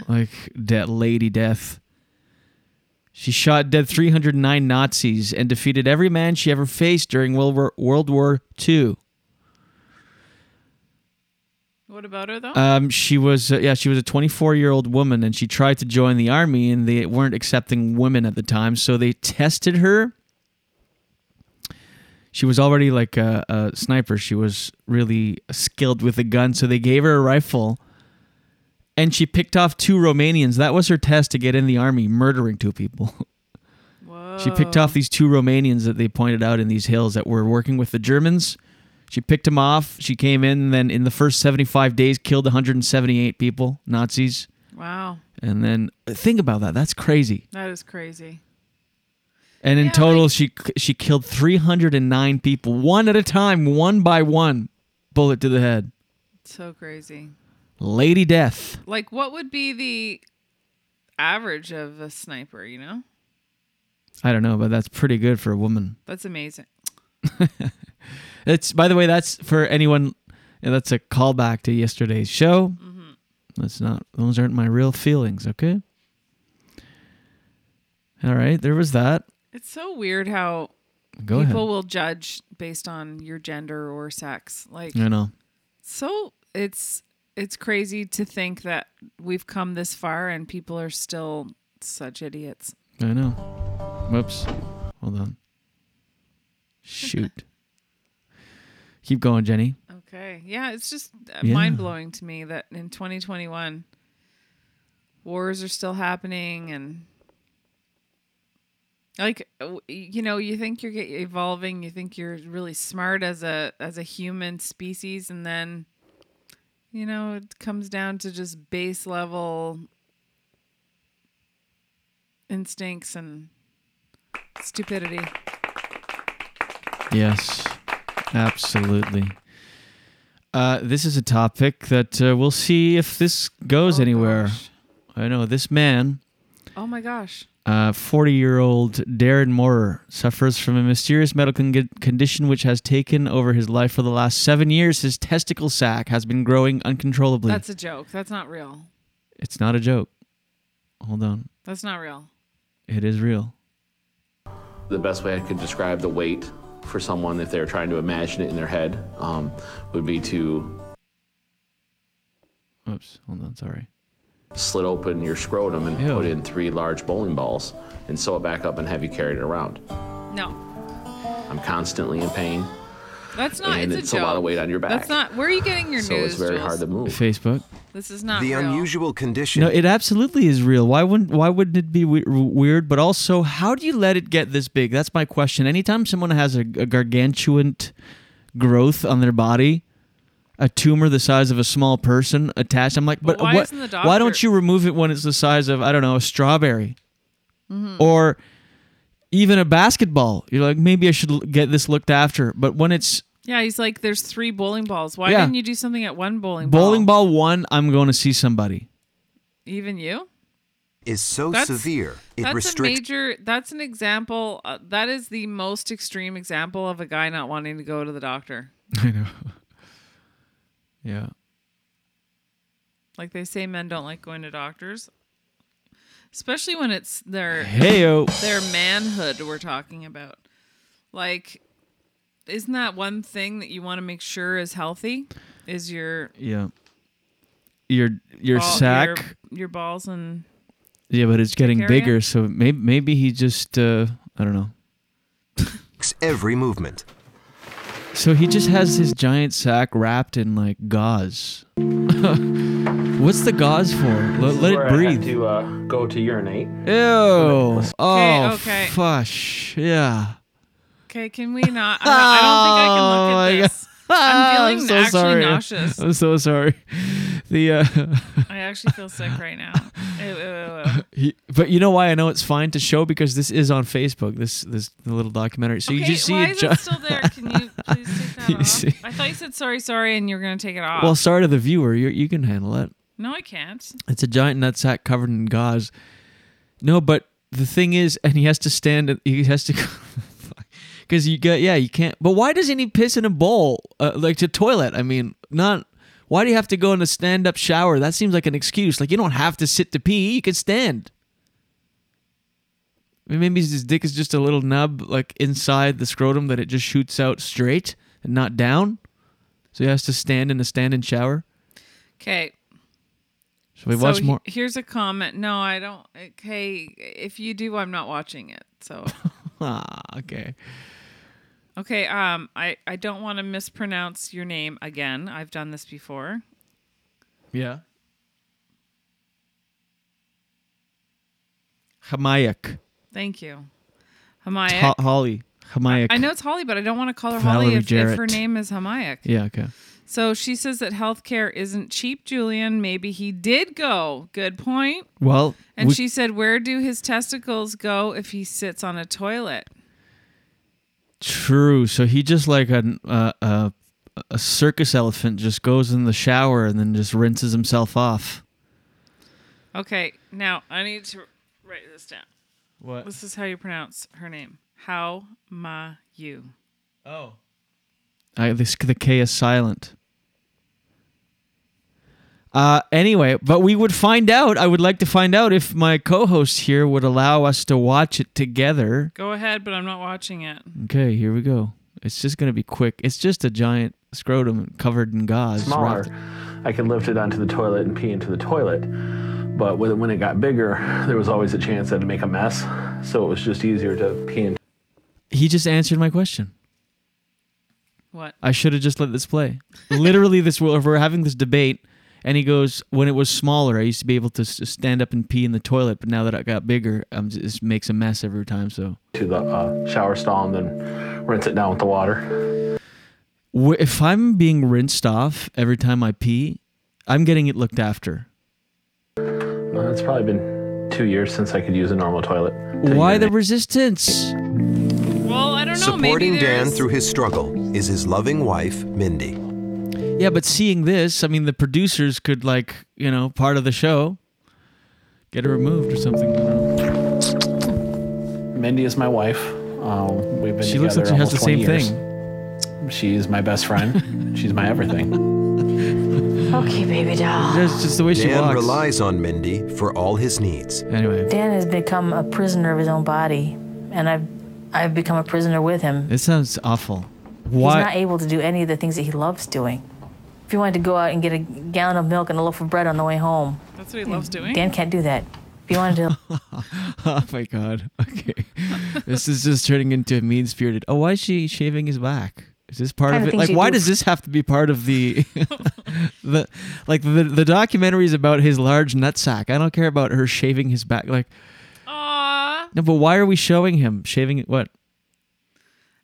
S1: like de- Lady Death. She shot dead 309 Nazis and defeated every man she ever faced during World War, World War II.
S4: What about her though?
S1: Um, she was uh, yeah, she was a 24 year old woman, and she tried to join the army, and they weren't accepting women at the time, so they tested her. she was already like a, a sniper. She was really skilled with a gun, so they gave her a rifle, and she picked off two Romanians. That was her test to get in the army, murdering two people. She picked off these two Romanians that they pointed out in these hills that were working with the Germans. She picked them off. She came in, and then in the first 75 days, killed 178 people, Nazis.
S4: Wow.
S1: And then think about that. That's crazy.
S4: That is crazy.
S1: And in total, she she killed 309 people, one at a time, one by one, bullet to the head.
S4: So crazy.
S1: Lady death.
S4: Like, what would be the average of a sniper, you know?
S1: I don't know, but that's pretty good for a woman.
S4: That's amazing.
S1: It's by the way, that's for anyone. and That's a callback to yesterday's show. That's not. Those aren't my real feelings. Okay. All right. There was that.
S4: It's so weird how
S1: Go ahead.
S4: people will judge based on your gender or sex. Like,
S1: I know.
S4: So it's it's crazy to think that we've come this far and people are still such idiots.
S1: I know. Whoops. Hold on. Shoot. Keep going, Jenny.
S4: Okay. Yeah, it's just uh
S1: Yeah.
S4: mind blowing to me that in 2021 wars are still happening and like w- you know, you think you're get- evolving, you think you're really smart as a as a human species and then you know, it comes down to just base level instincts and stupidity.
S1: Yes, absolutely. Uh, this is a topic that uh, we'll see if this goes anywhere. I know this man,
S4: Oh my gosh.
S1: uh, 40 year old Darren Moorer, suffers from a mysterious medical con- condition which has taken over his life for the last seven years. His testicle sac has been growing uncontrollably.
S4: That's a joke. That's not real.
S1: it's not a joke. Hold on.
S4: That's not real.
S1: It is real.
S5: The best way I could describe the weight for someone, if they're trying to imagine it in their head, um, would be to
S1: Oops. Hold on. Sorry.
S5: slit open your scrotum and put in three large bowling balls and sew it back up and have you carry it around.
S4: No.
S5: I'm constantly in pain,
S4: That's not
S5: and
S4: it's
S5: it's
S4: a
S5: a,
S4: joke.
S5: lot of weight on your back.
S4: That's not. Where are you getting your
S5: so
S4: news?
S5: it's very
S4: Jules?
S5: hard to move.
S1: Facebook.
S4: This is not
S6: the
S4: real.
S6: unusual condition.
S1: No, it absolutely is real. Why wouldn't Why wouldn't it be we- weird? But also, how do you let it get this big? That's my question. Anytime someone has a, a gargantuan growth on their body, a tumor the size of a small person attached, I'm like, but,
S4: But why
S1: what,
S4: isn't the
S1: why
S4: doctor-
S1: don't you remove it when it's the size of I don't know a strawberry
S4: Mm-hmm.
S1: or even a basketball? You're like, maybe I should l- get this looked after. But when it's
S4: yeah, he's like, there's three bowling balls. Why
S1: Yeah.
S4: didn't you do something at one bowling ball?
S1: bowling ball one, I'm going to see somebody.
S4: Even you?
S6: is so
S4: That's-
S6: severe it
S4: that's a
S6: restricts
S4: major. That's an example. Uh, that is the most extreme example of a guy not wanting to go to the doctor.
S1: I know. Yeah.
S4: Like they say, men don't like going to doctors, especially when it's their
S1: Heyo.
S4: their manhood we're talking about. Like, isn't that one thing that you want to make sure is healthy? Is your
S1: Yeah. Your your
S4: ball-
S1: sack.
S4: your, your balls, and
S1: Yeah, but it's getting
S4: Your carrier?
S1: bigger, so maybe maybe he just uh I don't know.
S6: every movement.
S1: So he just has his giant sack wrapped in like gauze. What's the gauze for? Let, let it breathe.
S5: to uh, go to urinate.
S1: Ew. Oh,
S4: okay.
S1: fush. Yeah.
S4: okay, can we not? I don't, I
S1: Oh my
S4: don't think I can look at this.
S1: God.
S4: I'm feeling
S1: so
S4: actually
S1: sorry.
S4: nauseous.
S1: I'm so sorry. The uh
S4: I actually feel sick right now. Ew, ew, ew, ew.
S1: He- but you know why I know it's fine to show because this is on Facebook. This this little documentary. So you
S4: Okay,
S1: just see a
S4: why is
S1: gi-
S4: it still there? Can you please take that
S1: You
S4: off?
S1: see-
S4: I thought you said sorry, sorry, and you were gonna take it off.
S1: well, sorry to the viewer. You you can handle it.
S4: no, I can't.
S1: It's a giant nut sack covered in gauze. No, but the thing is, and he has to stand. He has to. Because you get, yeah, you can't. But why doesn't he piss in a bowl, uh, like to toilet? I mean, not. Why do you have to go in a stand-up shower? That seems like an excuse. Like you don't have to sit to pee. You could stand. I mean, Maybe his dick is just a little nub, like inside the scrotum, that it just shoots out straight and not down. So he has to stand in a stand-in shower.
S4: Okay.
S1: Should we watch
S4: he-
S1: more?
S4: Here's a comment. No, I don't. Okay, if you do, I'm not watching it. So
S1: ah, okay.
S4: Okay, um, I, I don't want to mispronounce your name again. I've done this before.
S1: Yeah. Hamayak.
S4: Thank you. Hamayak.
S1: Ho- Holly. Hamayak.
S4: I know it's Holly, but I don't want to call her Holly
S1: Valerie
S4: if, if her
S1: Jarrett.
S4: name is Hamayak.
S1: Yeah, okay.
S4: So she says that healthcare isn't cheap, Julian. Maybe he did go. Good point.
S1: Well,
S4: And
S1: we-
S4: she said, Where do his testicles go if he sits on a toilet?
S1: True. So he just like a uh, uh, a circus elephant just goes in the shower and then just rinses himself off.
S4: Okay, now I need to write this down.
S1: What?
S4: This is how you pronounce her name. How ma you.
S1: Oh. I, this the K is silent. Uh, anyway, but we would find out. I would like to find out if my co-host here would allow us to watch it together.
S4: Go ahead, but I'm not watching it.
S1: Okay, here we go. It's just gonna be quick. It's just a giant scrotum covered in gauze.
S5: smaller,
S1: wrapped-
S5: I could lift it onto the toilet and pee into the toilet. But with- when it got bigger, there was always a chance that it'd make a mess. So it was just easier to pee into
S1: He just answered my question.
S4: What?
S1: I should have just let this play. Literally, this will- if we're having this debate, and he goes, "When it was smaller, I used to be able to s- stand up and pee in the toilet, but now that it got bigger, um, it just makes a mess every time." So,
S5: the uh, shower stall and then rinse it down with the water.
S1: Wh- if I'm being rinsed off every time I pee, I'm getting it looked after.
S5: Uh, it's probably been two years since I could use a normal toilet.
S1: Why the resistance?
S4: Well, I don't know.
S6: Supporting
S4: maybe
S6: Dan
S4: there's-
S6: through his struggle is his loving wife, Mindy.
S1: Yeah, but seeing this, I mean, the producers could like, you know, part of the show, get it removed or something. I don't know.
S5: Mindy is my wife. Um, we've been
S1: She looks like
S5: together
S1: she has the
S5: almost 20
S1: same
S5: years.
S1: thing.
S5: She's my best friend. She's my everything.
S7: Okay, baby doll.
S1: That's just the way she
S6: Dan
S1: walks.
S6: relies on Mindy for all his needs.
S1: Anyway,
S8: Dan has become a prisoner of his own body, and I've I've become a prisoner with him.
S1: this sounds awful.
S8: He's not
S1: Why?
S8: able to do any of the things that he loves doing. If he wanted to go out and get a gallon of milk and a loaf of bread on the way home,
S4: That's what he loves doing.
S8: Dan can't do that. If he wanted to
S1: oh my god. Okay, this is just turning into mean spirited. Oh, why is she shaving his back? Is this part
S8: I
S1: of
S8: don't
S1: it?
S8: think
S1: Like,
S8: she
S1: why
S8: do-
S1: does this have to be part of the, the, like the the documentary is about his large nutsack. I don't care about her shaving his back. Like,
S4: Aw.
S1: no, but why are we showing him shaving? What?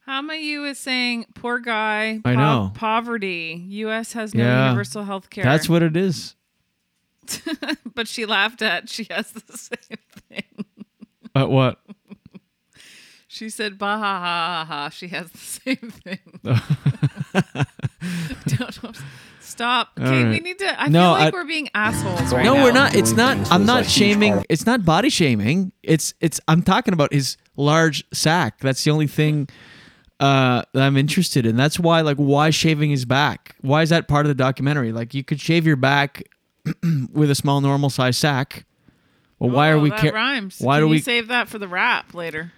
S4: Hama you is saying, poor guy,
S1: I
S4: pov-
S1: know.
S4: poverty. U.S. has no
S1: Yeah.
S4: universal health care.
S1: That's what it is.
S4: but she laughed at. She has the same thing.
S1: At what?
S4: She said, bah ha ha ha ha. She has the same thing. Don't- don't- Stop.
S1: All
S4: Okay, we
S1: right.
S4: need to. I feel
S1: No,
S4: like
S1: I-
S4: we're being assholes right
S1: no,
S4: now.
S1: we're not. It's not. I'm not shaming. It's not body shaming. It's it's. I'm talking about his large sack. That's the only thing uh, that I'm interested in. That's why. Like, why shaving his back? Why is that part of the documentary? Like, you could shave your back with a small, normal size sack. Well, why are
S4: Oh,
S1: we?
S4: that
S1: care-
S4: rhymes.
S1: Why
S4: Can
S1: do
S4: you
S1: we?
S4: save that for the rap later?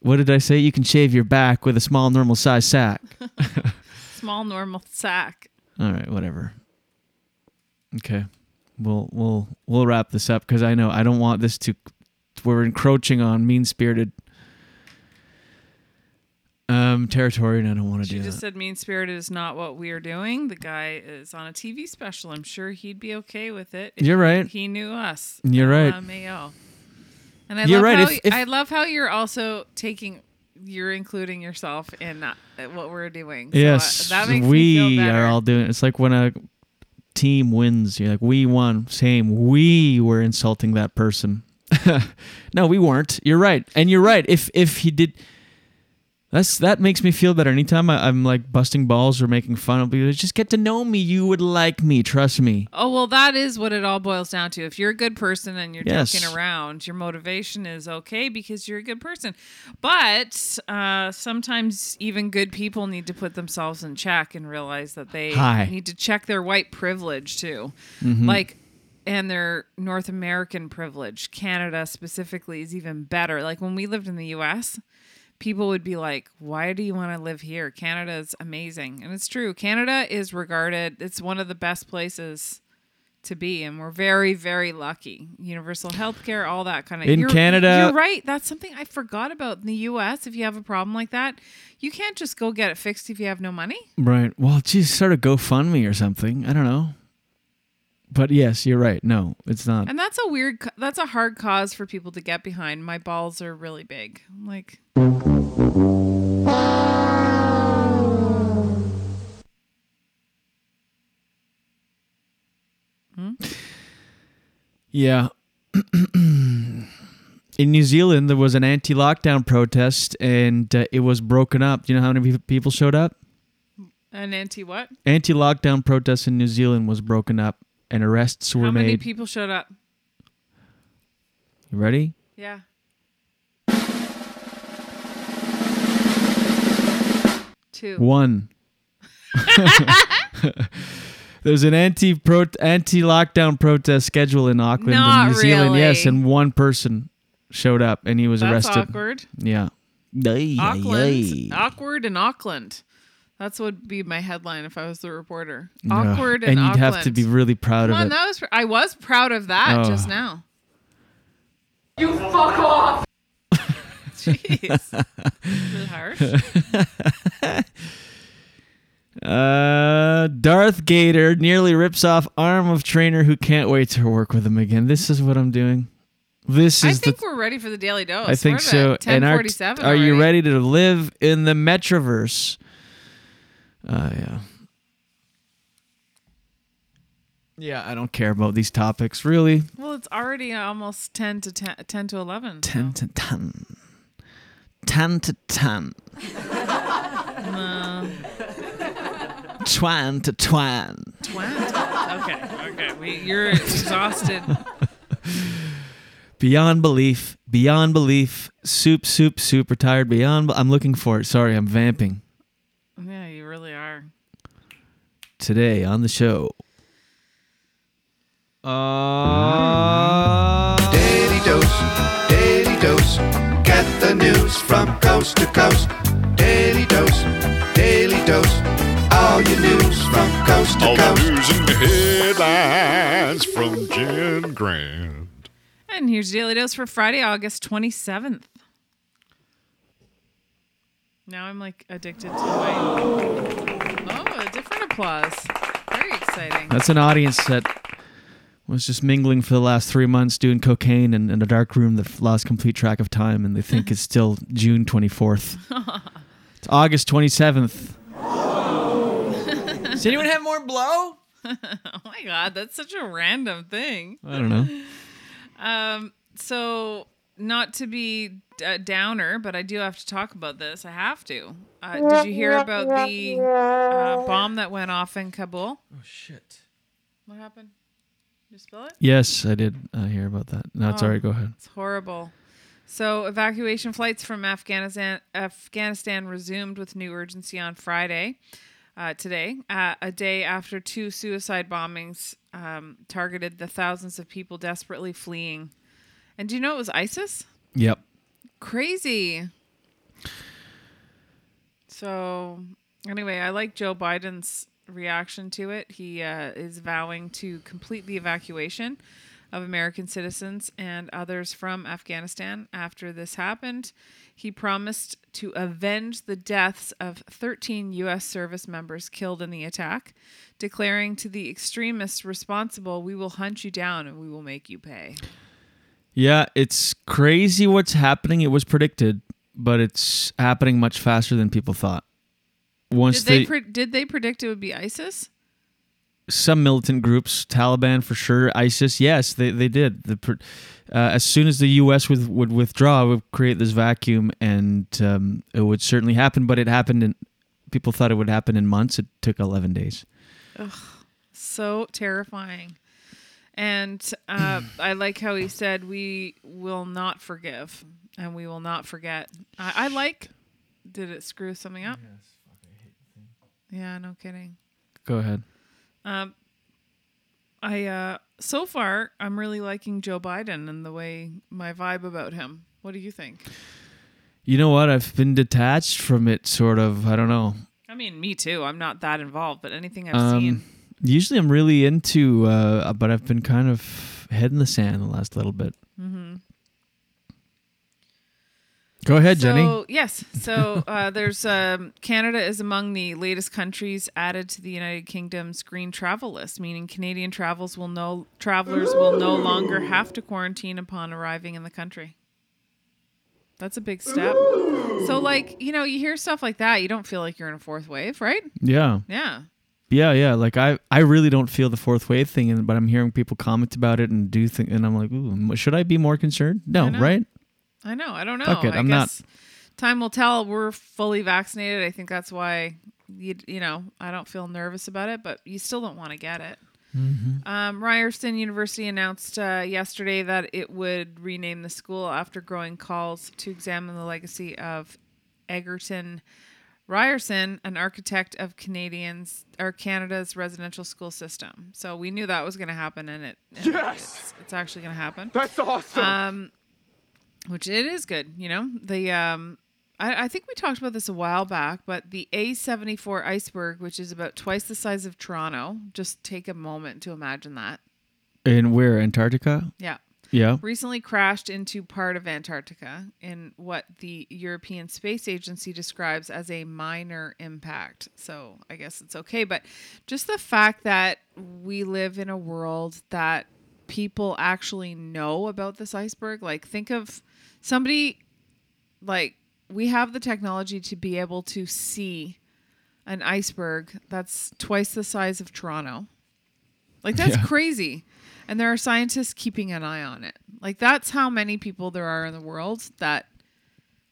S1: what did I say? You can shave your back with a small, normal size sack.
S4: Small normal sack.
S1: All right, whatever. Okay, we'll we'll we'll wrap this up because I know I don't want this to. We're encroaching on mean spirited um territory, and I don't want to
S4: She
S1: do
S4: just
S1: that.
S4: said mean spirited is not what we are doing. The guy is on a TV special. I'm sure he'd be okay with it. if
S1: You're right.
S4: He knew us.
S1: You're right.
S4: um, LMAO. And I
S1: You're
S4: love
S1: right.
S4: How,
S1: If- if-
S4: I love how you're also taking, you're including yourself in uh, what we're doing. So, uh,
S1: yes,
S4: that makes
S1: we
S4: me feel better.
S1: are all doing. It's like when a team wins. You're like, we won. Same, we were insulting that person. no, we weren't. You're right, and you're right. If if he did. That's that makes me feel better. Anytime I, I'm like busting balls or making fun of people, just get to know me. You would like me. Trust me.
S4: Oh well, that is what it all boils down to. If you're a good person and you're
S1: Yes.
S4: joking around, your motivation is okay because you're a good person. But uh, sometimes even good people need to put themselves in check and realize that they
S1: Hi.
S4: need to check their white privilege too,
S1: Mhm.
S4: like and their North American privilege. Canada specifically is even better. Like when we lived in the U.S. People would be like, why do you want to live here? Canada's amazing. And it's true. Canada is regarded, it's one of the best places to be, and we're very, very lucky. Universal health care, all that kind of.
S1: In Canada-
S4: you're right. That's something I forgot about in the U.S. If you have a problem like that, you can't just go get it fixed if you have no money.
S1: Right. Well, geez, start a GoFundMe or something. I don't know. But yes, you're right. No, it's not.
S4: And that's a weird, ca- that's a hard cause for people to get behind. My balls are really big. I'm like,
S1: Yeah. In New Zealand, there was an anti lockdown protest and uh, it was broken up. Do you know how many peop- people showed up?
S4: an anti what?
S1: Anti lockdown protests in New Zealand was broken up and arrests were
S4: How many
S1: made.
S4: people showed up?
S1: you ready?
S4: Yeah. Two.
S1: One. There's an anti pro anti lockdown protest schedule in Auckland,
S4: Not
S1: in New Zealand. Yes,
S4: really.
S1: and one person showed up and he was
S4: That's
S1: arrested.
S4: awkward.
S1: Yeah.
S4: Auckland. Awkward in Auckland. That's what would be my headline if I was the reporter.
S1: No.
S4: Awkward in
S1: and you'd
S4: Auckland.
S1: have to be really proud
S4: Come
S1: of
S4: on,
S1: it.
S4: that was I was proud of that
S1: Oh.
S4: just now.
S7: You fuck off.
S4: Jeez. Is it harsh?
S1: uh, Darth Gator nearly rips off arm of trainer who can't wait to work with him again. This is what I'm doing. This
S4: I
S1: is
S4: think
S1: the.
S4: we're ready for the daily dose.
S1: I think so.
S4: Ten
S1: our-
S4: forty seven.
S1: are you ready to live in the Metroverse? Uh, yeah. Yeah, I don't care about these topics really.
S4: Well, it's already almost ten to 10, 10 to eleven.
S1: Ten to ten. Ten to ten.
S4: No.
S1: Twan to twan.
S4: Twat. Okay. Okay. We, you're exhausted.
S1: Beyond belief, beyond belief. Soup, soup, super tired. Beyond. I'm looking for it. Sorry, I'm vamping
S4: Yeah, you really are.
S1: today on the show. Uh,
S9: Daily dose, daily dose. Get the news from coast to coast. Daily dose, daily dose. All your news from coast to coast. All the news and headlines from Jen Grant.
S4: And here's your Daily Dose for Friday, August 27th. Now I'm like addicted to the wine. Oh, a different applause. Very exciting.
S1: That's an audience that was just mingling for the last three months, doing cocaine in, in a dark room that lost complete track of time, and they think it's still June 24th. It's August 27th. Does anyone have more blow?
S4: oh my god, that's such a random thing.
S1: I don't know.
S4: Um, so not to be a downer, but I do have to talk about this. I have to. Uh, did you hear about the uh, bomb that went off in Kabul?
S1: Oh shit!
S4: What happened? Did you spell it?
S1: Yes, I did uh, hear about that. No, it's
S4: Oh,
S1: all right. Go ahead.
S4: It's horrible. So evacuation flights from Afghanistan Afghanistan resumed with new urgency on Friday, uh, today, uh, a day after two suicide bombings um, targeted the thousands of people desperately fleeing. And do you know it was ISIS?
S1: Yep.
S4: Crazy. So anyway, I like Joe Biden's reaction to it. He uh, is vowing to complete the evacuation of American citizens and others from Afghanistan after this happened. He promised to avenge the deaths of 13 U.S. service members killed in the attack, declaring to the extremists responsible, We will hunt you down and we will make you pay.
S1: Yeah, it's crazy what's happening. It was predicted, but it's happening much faster than people thought. Once
S4: Did they, pre- did they predict it would be ISIS?
S1: some militant groups, Taliban for sure, ISIS. Yes, they, they did. The, pr- uh, as soon as the U.S. Would, would withdraw, it would create this vacuum, and um, it would certainly happen. But it happened in people thought it would happen in months. It took eleven days.
S4: Ugh, so terrifying. And uh, I like how he said, "We will not forgive, and we will not forget." I, I like. Did it screw something up? Yeah, no kidding.
S1: Go ahead.
S4: Um, I uh, so far I'm really liking Joe Biden and the way my vibe about him. What do you think?
S1: You know what? I've been detached from it, sort of. I don't know.
S4: I mean, me too. I'm not that involved, but anything I've
S1: Um,
S4: seen,
S1: Usually I'm really into, uh, but I've been kind of head in the sand the last little bit.
S4: Mm-hmm.
S1: Go ahead, Jenny.
S4: So yes, so uh, there's um, Canada is among the latest countries added to the United Kingdom's green travel list, meaning Canadian travels will no travelers will no longer have to quarantine upon arriving in the country. That's a big step. So like you know you hear stuff like that, you don't feel like you're in a fourth wave, right?
S1: Yeah.
S4: Yeah.
S1: Yeah, yeah. Like I, I really don't feel the fourth wave thing, and but I'm hearing people comment about it and do things, and I'm like, ooh, should I be more concerned? No,
S4: know.
S1: right?
S4: I know. I don't know.
S1: Fuck it,
S4: I
S1: I'm not-
S4: guess time will tell. We're fully vaccinated. I think that's why you you know I don't feel nervous about it, but you still don't want to get it.
S1: Mm-hmm.
S4: Um, Ryerson University announced uh, yesterday that it would rename the school after growing calls to examine the legacy of Egerton Ryerson, an architect of Canadians or Canada's residential school system. So we knew that was going to happen, and it and it's, it's actually going to happen. That's awesome. Um, which it is good, you know. The um, I, I think we talked about this a while back, but the A74 iceberg, which is about twice the size of Toronto, just take a moment to imagine that.
S1: And where Antarctica?
S4: Yeah.
S1: Yeah.
S4: Recently crashed into part of Antarctica in what the European Space Agency describes as a minor impact. So I guess it's okay. But just the fact that we live in a world that people actually know about this iceberg, like, think of somebody like we have the technology to be able to see an iceberg that's twice the size of Toronto. Like that's
S10: Yeah.
S4: crazy. And there are scientists keeping an eye on it. Like that's how many people there are in the world that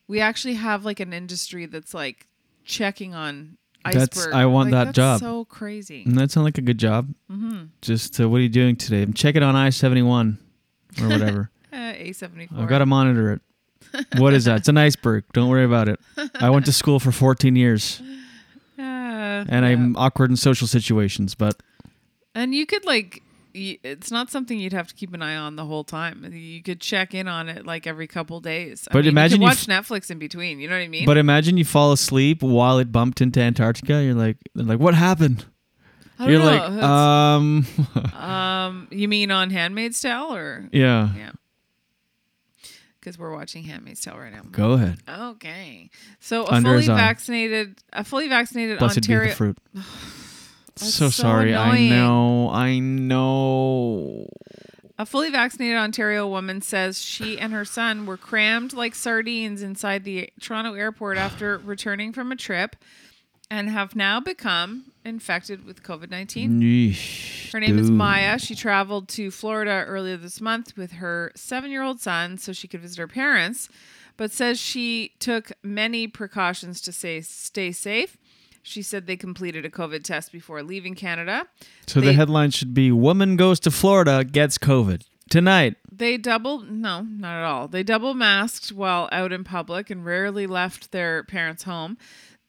S4: we actually have like an industry that's like checking on iceberg.
S1: That's I want
S4: Like,
S1: that
S4: that's
S1: job.
S4: So crazy.
S1: Doesn't that sound like a good job?
S4: Mhm.
S1: Just uh, what are you doing today? I'm checking on I seventy one or whatever.
S4: Uh, A74.
S1: I've got to monitor it. What is that? It's an iceberg. Don't worry about it. I went to school for fourteen years,
S4: Uh,
S1: and I'm awkward in social situations, but
S4: And you could like, y- it's not something you'd have to keep an eye on the whole time. You could check in on it like every couple days.
S1: But
S4: I mean,
S1: imagine
S4: you
S1: you
S4: could watch Netflix in between. You know what I mean?
S1: But imagine you fall asleep while it bumped into Antarctica. You're like, they're like, what happened?
S4: I don't
S1: You're
S4: know.
S1: like, um,
S4: It's- um, you mean on Handmaid's Tale or
S1: Yeah.
S4: yeah? Because we're watching Handmaid's Tale right now.
S1: Go ahead.
S4: Okay, so a
S1: Under
S4: fully
S1: his eye.
S4: vaccinated, a fully vaccinated
S1: blessed
S4: Ontario.
S1: be the fruit. so
S4: so
S1: sorry. I
S4: annoying.
S1: know. I know.
S4: A fully vaccinated Ontario woman says she and her son were crammed like sardines inside the Toronto airport after returning from a trip and have now become infected with COVID 19.
S1: Yeesh,
S4: Her name is
S1: dude.
S4: Maya. She traveled to Florida earlier this month with her seven year old son so she could visit her parents, but says she took many precautions to say, stay safe. She said they completed a COVID test before leaving Canada.
S1: So the headline should be Woman goes to Florida, gets COVID. Tonight.
S4: They double no, not at all. They double masked while out in public and rarely left their parents' home.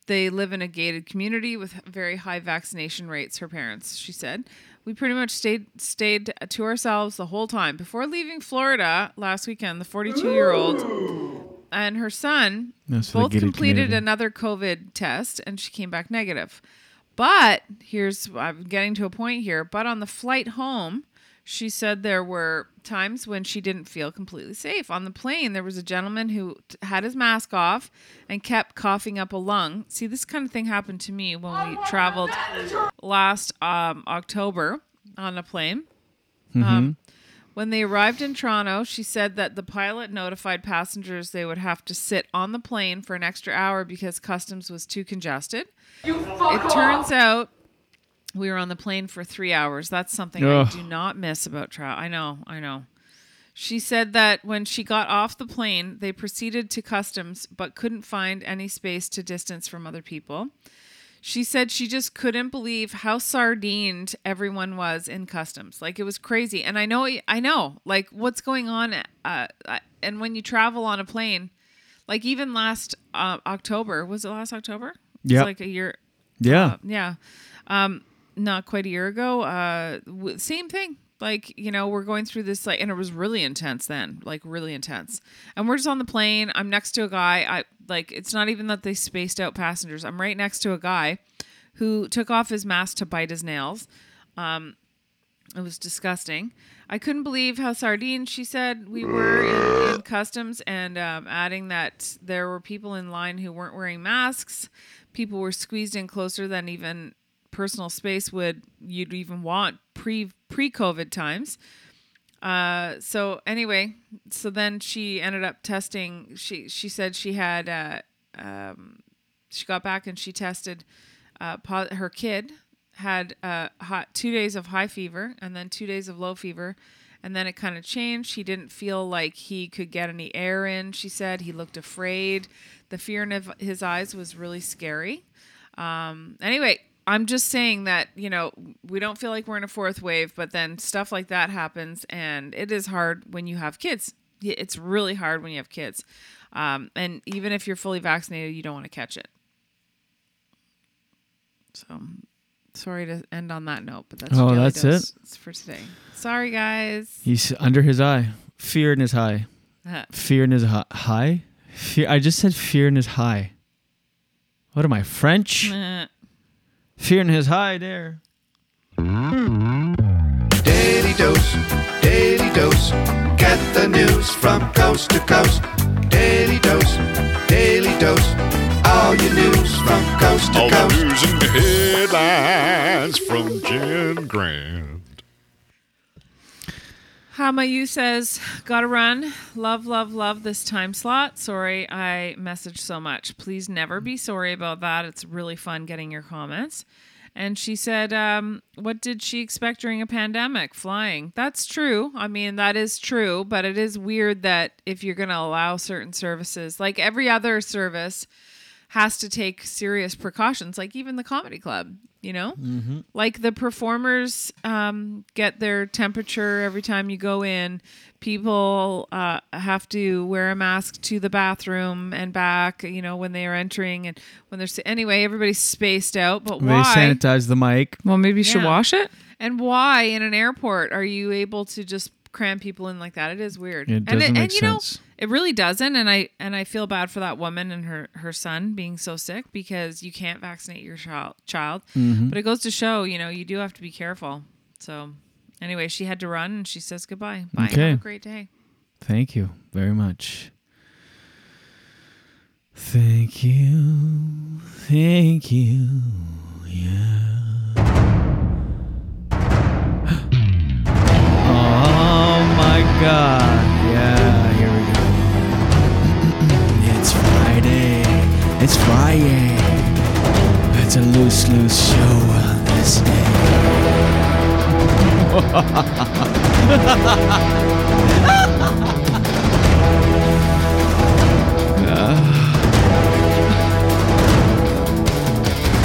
S4: They live in a gated community with very high vaccination rates, her parents, she said. We pretty much stayed stayed to ourselves the whole time. Before leaving Florida last weekend, the 42-year-old and her son
S1: That's for the
S4: both
S1: gated
S4: completed
S1: community.
S4: another COVID test and she came back negative. But here's I'm getting to a point here, but on the flight home, she said there were times when she didn't feel completely safe. On the plane, there was a gentleman who t- had his mask off and kept coughing up a lung. See, this kind of thing happened to me when we traveled last um, October on a plane. Um, When they arrived in Toronto, she said that the pilot notified passengers they would have to sit on the plane for an extra hour because customs was too congested. it turns out we were on the plane for three hours. That's something
S10: Ugh.
S4: I do not miss about travel. I know, I know. She said that when she got off the plane, they proceeded to customs but couldn't find any space to distance from other people. She said she just couldn't believe how sardined everyone was in customs. Like it was crazy. And I know, I know, like what's going on. Uh, I- and when you travel on a plane, like even last uh, October, was it last October? It's
S1: Yeah.
S4: Like a year.
S1: Yeah.
S4: Uh, yeah. Um, not quite a year ago. Uh, w- same thing. Like, you know, we're going through this, like, and it was really intense then, like, really intense. And we're just on the plane. I'm next to a guy. I, like, it's not even that they spaced out passengers. I'm right next to a guy who took off his mask to bite his nails. Um, it was disgusting. I couldn't believe how sardine. She said we were in, in customs, and um, adding that there were people in line who weren't wearing masks. People were squeezed in closer than even personal space would you'd even want pre pre COVID times. Uh, so anyway, so then she ended up testing. She she said she had uh, um, she got back and she tested. Uh, po- her kid had uh, hot two days of high fever and then two days of low fever, and then it kind of changed. He didn't feel like he could get any air in. She said he looked afraid. The fear in of- his eyes was really scary. Um, anyway, I'm just saying that, you know, we don't feel like we're in a fourth wave, but then stuff like that happens, and it is hard when you have kids. Y- It's really hard when you have kids. Um, and even if you're fully vaccinated, you don't want to catch it. So sorry to end on that note, but that's
S1: Oh,
S4: Daily
S1: that's
S4: Dose for today. Sorry, guys.
S1: He's under his eye. Fear in his eye.
S4: Huh.
S1: Fear in his hi- high. Fear. I just said fear in his high. What am I French?
S4: Meh.
S1: Fear in his high. There.
S9: Daily dose, daily dose. Get the news from coast to coast. Daily dose, daily dose. All your news from coast to coast. All the news and headlines from Jen Grant.
S4: Hama Yu says, Gotta run. Love, love, love this time slot. Sorry I messaged so much. Please never be sorry about that. It's really fun getting your comments. And she said, um, What did she expect during a pandemic? Flying. That's true. I mean, that is true, but it is weird that if you're going to allow certain services, like every other service, has to take serious precautions, like even the comedy club, you know?
S1: Mm-hmm.
S7: Mhm.
S4: Like the performers um, get their temperature every time you go in. People uh, have to wear a mask to the bathroom and back, you know, when they are entering and when they're. Anyway, everybody's spaced out, but why?
S1: They sanitize the mic.
S4: Well, maybe
S1: you
S4: should Yeah. wash it. And why in an airport are you able to just cram people in like that? It is weird.
S1: It
S4: and
S1: doesn't
S4: and
S1: make
S4: you
S1: sense.
S4: know, it really doesn't. And I and I feel bad for that woman and her her son being so sick because you can't vaccinate your child child.
S1: Mm-hmm.
S7: Mhm.
S4: But it goes to show, you know, you do have to be careful. So anyway, she had to run and she says goodbye. Bye.
S1: Okay.
S4: Have a great day.
S1: Thank you very much. Thank you. Thank you. Yeah. oh my god. Yeah, here we go. It's Friday. It's Friday. It's a loose, loose show on this day.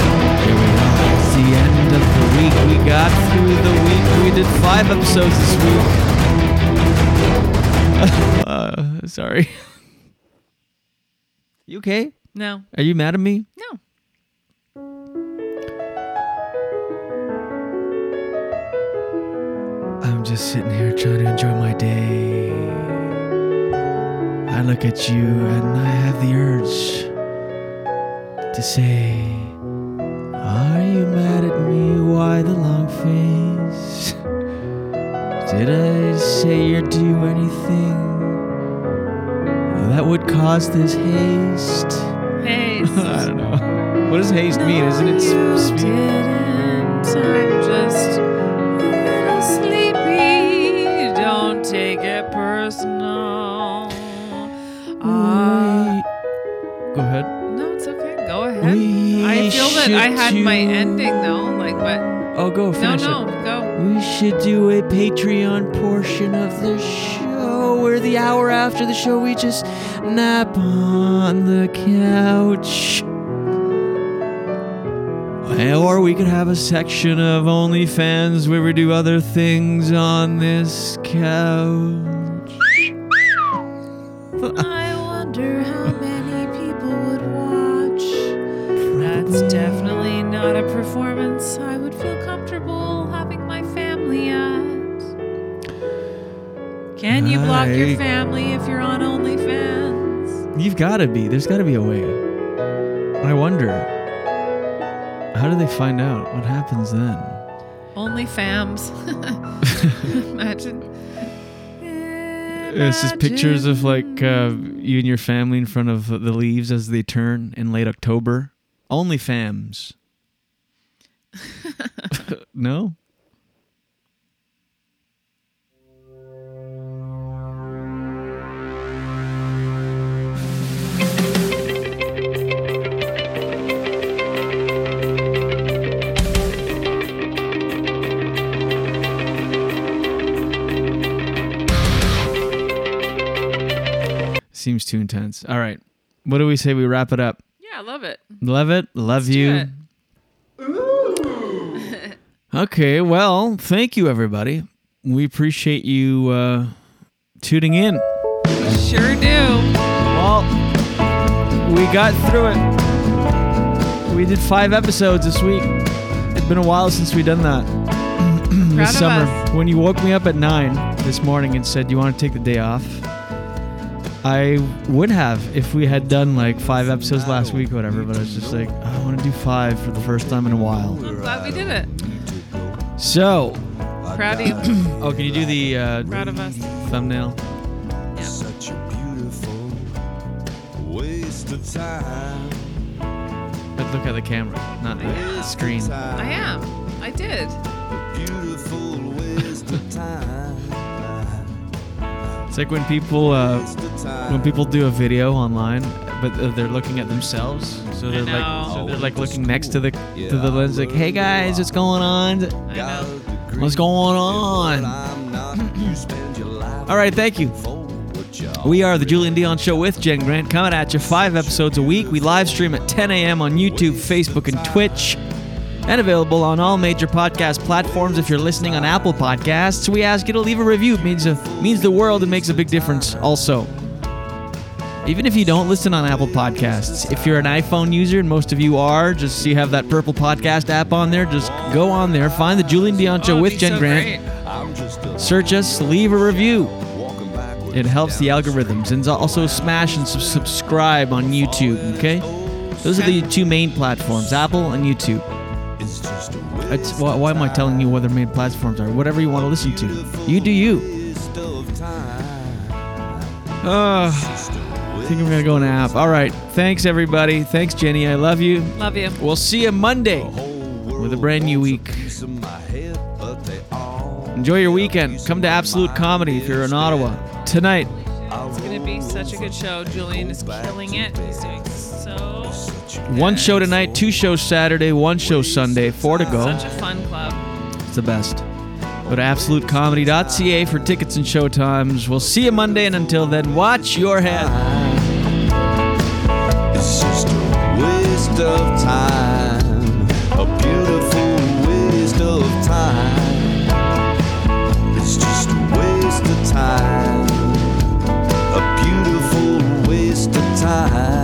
S1: It's the end of the week. We got through the week. We did five episodes this week. uh, sorry. You okay?
S4: No.
S1: Are you mad at me?
S4: No.
S1: I'm just sitting here trying to enjoy my day. I look at you and I have the urge to say, Are you mad at me? Why the long face? Did I say or do anything that would cause this haste?
S4: Haste.
S1: I don't know. What does haste mean? Isn't it s- speed?
S4: I'm just a little sleepy. Don't take it personal. Uh,
S1: Go ahead.
S4: no, it's okay. Go ahead. I feel that I had my ending though. Like, but
S1: Oh, go
S4: no,
S1: finish
S4: no,
S1: it.
S4: go.
S1: We should do a Patreon portion of the show where the hour after the show we just nap on the couch. Or we could have a section of OnlyFans where we do other things on this couch.
S4: I wonder how many people would watch. That's definitely not a performance I would feel comfortable having my family at. Can you block your
S1: I-
S4: family if you're on OnlyFans?
S1: You've got to be. There's got to be a way. I wonder. How do they find out? What happens then?
S4: Only fams. Imagine.
S1: It's just pictures of like uh, you and your family in front of the leaves as they turn in late October. Only fams. no? Seems too intense. All right. What do we say we wrap it up?
S4: Yeah, I love it.
S1: Love it. Love you.
S4: it.
S1: Okay, well, thank you everybody. We appreciate you uh tuning in.
S4: Sure do.
S1: Well, we got through it. We did five episodes this week. It's been a while since we done that.
S4: Proud of
S1: this summer,
S4: us.
S1: when you woke me up at nine this morning and said you want to take the day off, I would have if we had done like five episodes last week or whatever. But I was just like, I want to do five for the first time in a while.
S4: I'm glad we did it.
S1: So,
S4: Proud of you.
S1: oh, can you do the uh,
S4: Proud of us.
S1: thumbnail?
S10: Such a beautiful waste of time.
S1: But look at the camera, not the screen.
S4: I am. I did.
S10: Beautiful waste of time.
S1: It's like when people uh, when people do a video online, but uh, they're looking at themselves, so they're like so they're like looking next to the to the lens, like, "Hey guys, what's going on? What's going on?" All right, thank you. We are the Julian Dion Show with Jen Grant, coming at you five episodes a week. We live stream at 10 a.m. on YouTube, Facebook, and Twitch, and available on all major podcast platforms. If you're listening on Apple Podcasts, we ask you to leave a review. It means, a, means the world and makes a big difference, also. Even if you don't listen on Apple Podcasts, if you're an iPhone user, and most of you are, just so you have that purple podcast app on there, just go on there, find the Julian Dion Show
S4: Oh,
S1: with
S4: it'd be
S1: Jen
S4: so
S1: Grant, search us, leave a review. It helps the algorithms, and also smash and sub- subscribe on YouTube. Okay, those are the two main platforms: Apple and YouTube. It's, why, why am I telling you what their main platforms are? Whatever you want to listen to, you do you. Uh, I think I'm gonna go on an app. All right, thanks everybody. Thanks Jenny, I love you.
S4: Love you.
S1: We'll see you Monday with a brand new week. Enjoy your weekend. Come to Absolute Comedy if you're in Ottawa tonight.
S4: It's gonna be such a good show. Julian is killing it. He's doing so
S1: One show tonight, two shows Saturday, one show Sunday, four to go.
S4: such a fun club.
S1: It's the best. Go to absolutecomedy.ca for tickets and show times. We'll see you Monday, and until then, watch your head.
S10: It's just a waste of time. A beautiful waste of time. It's just a waste of time. A beautiful waste of time.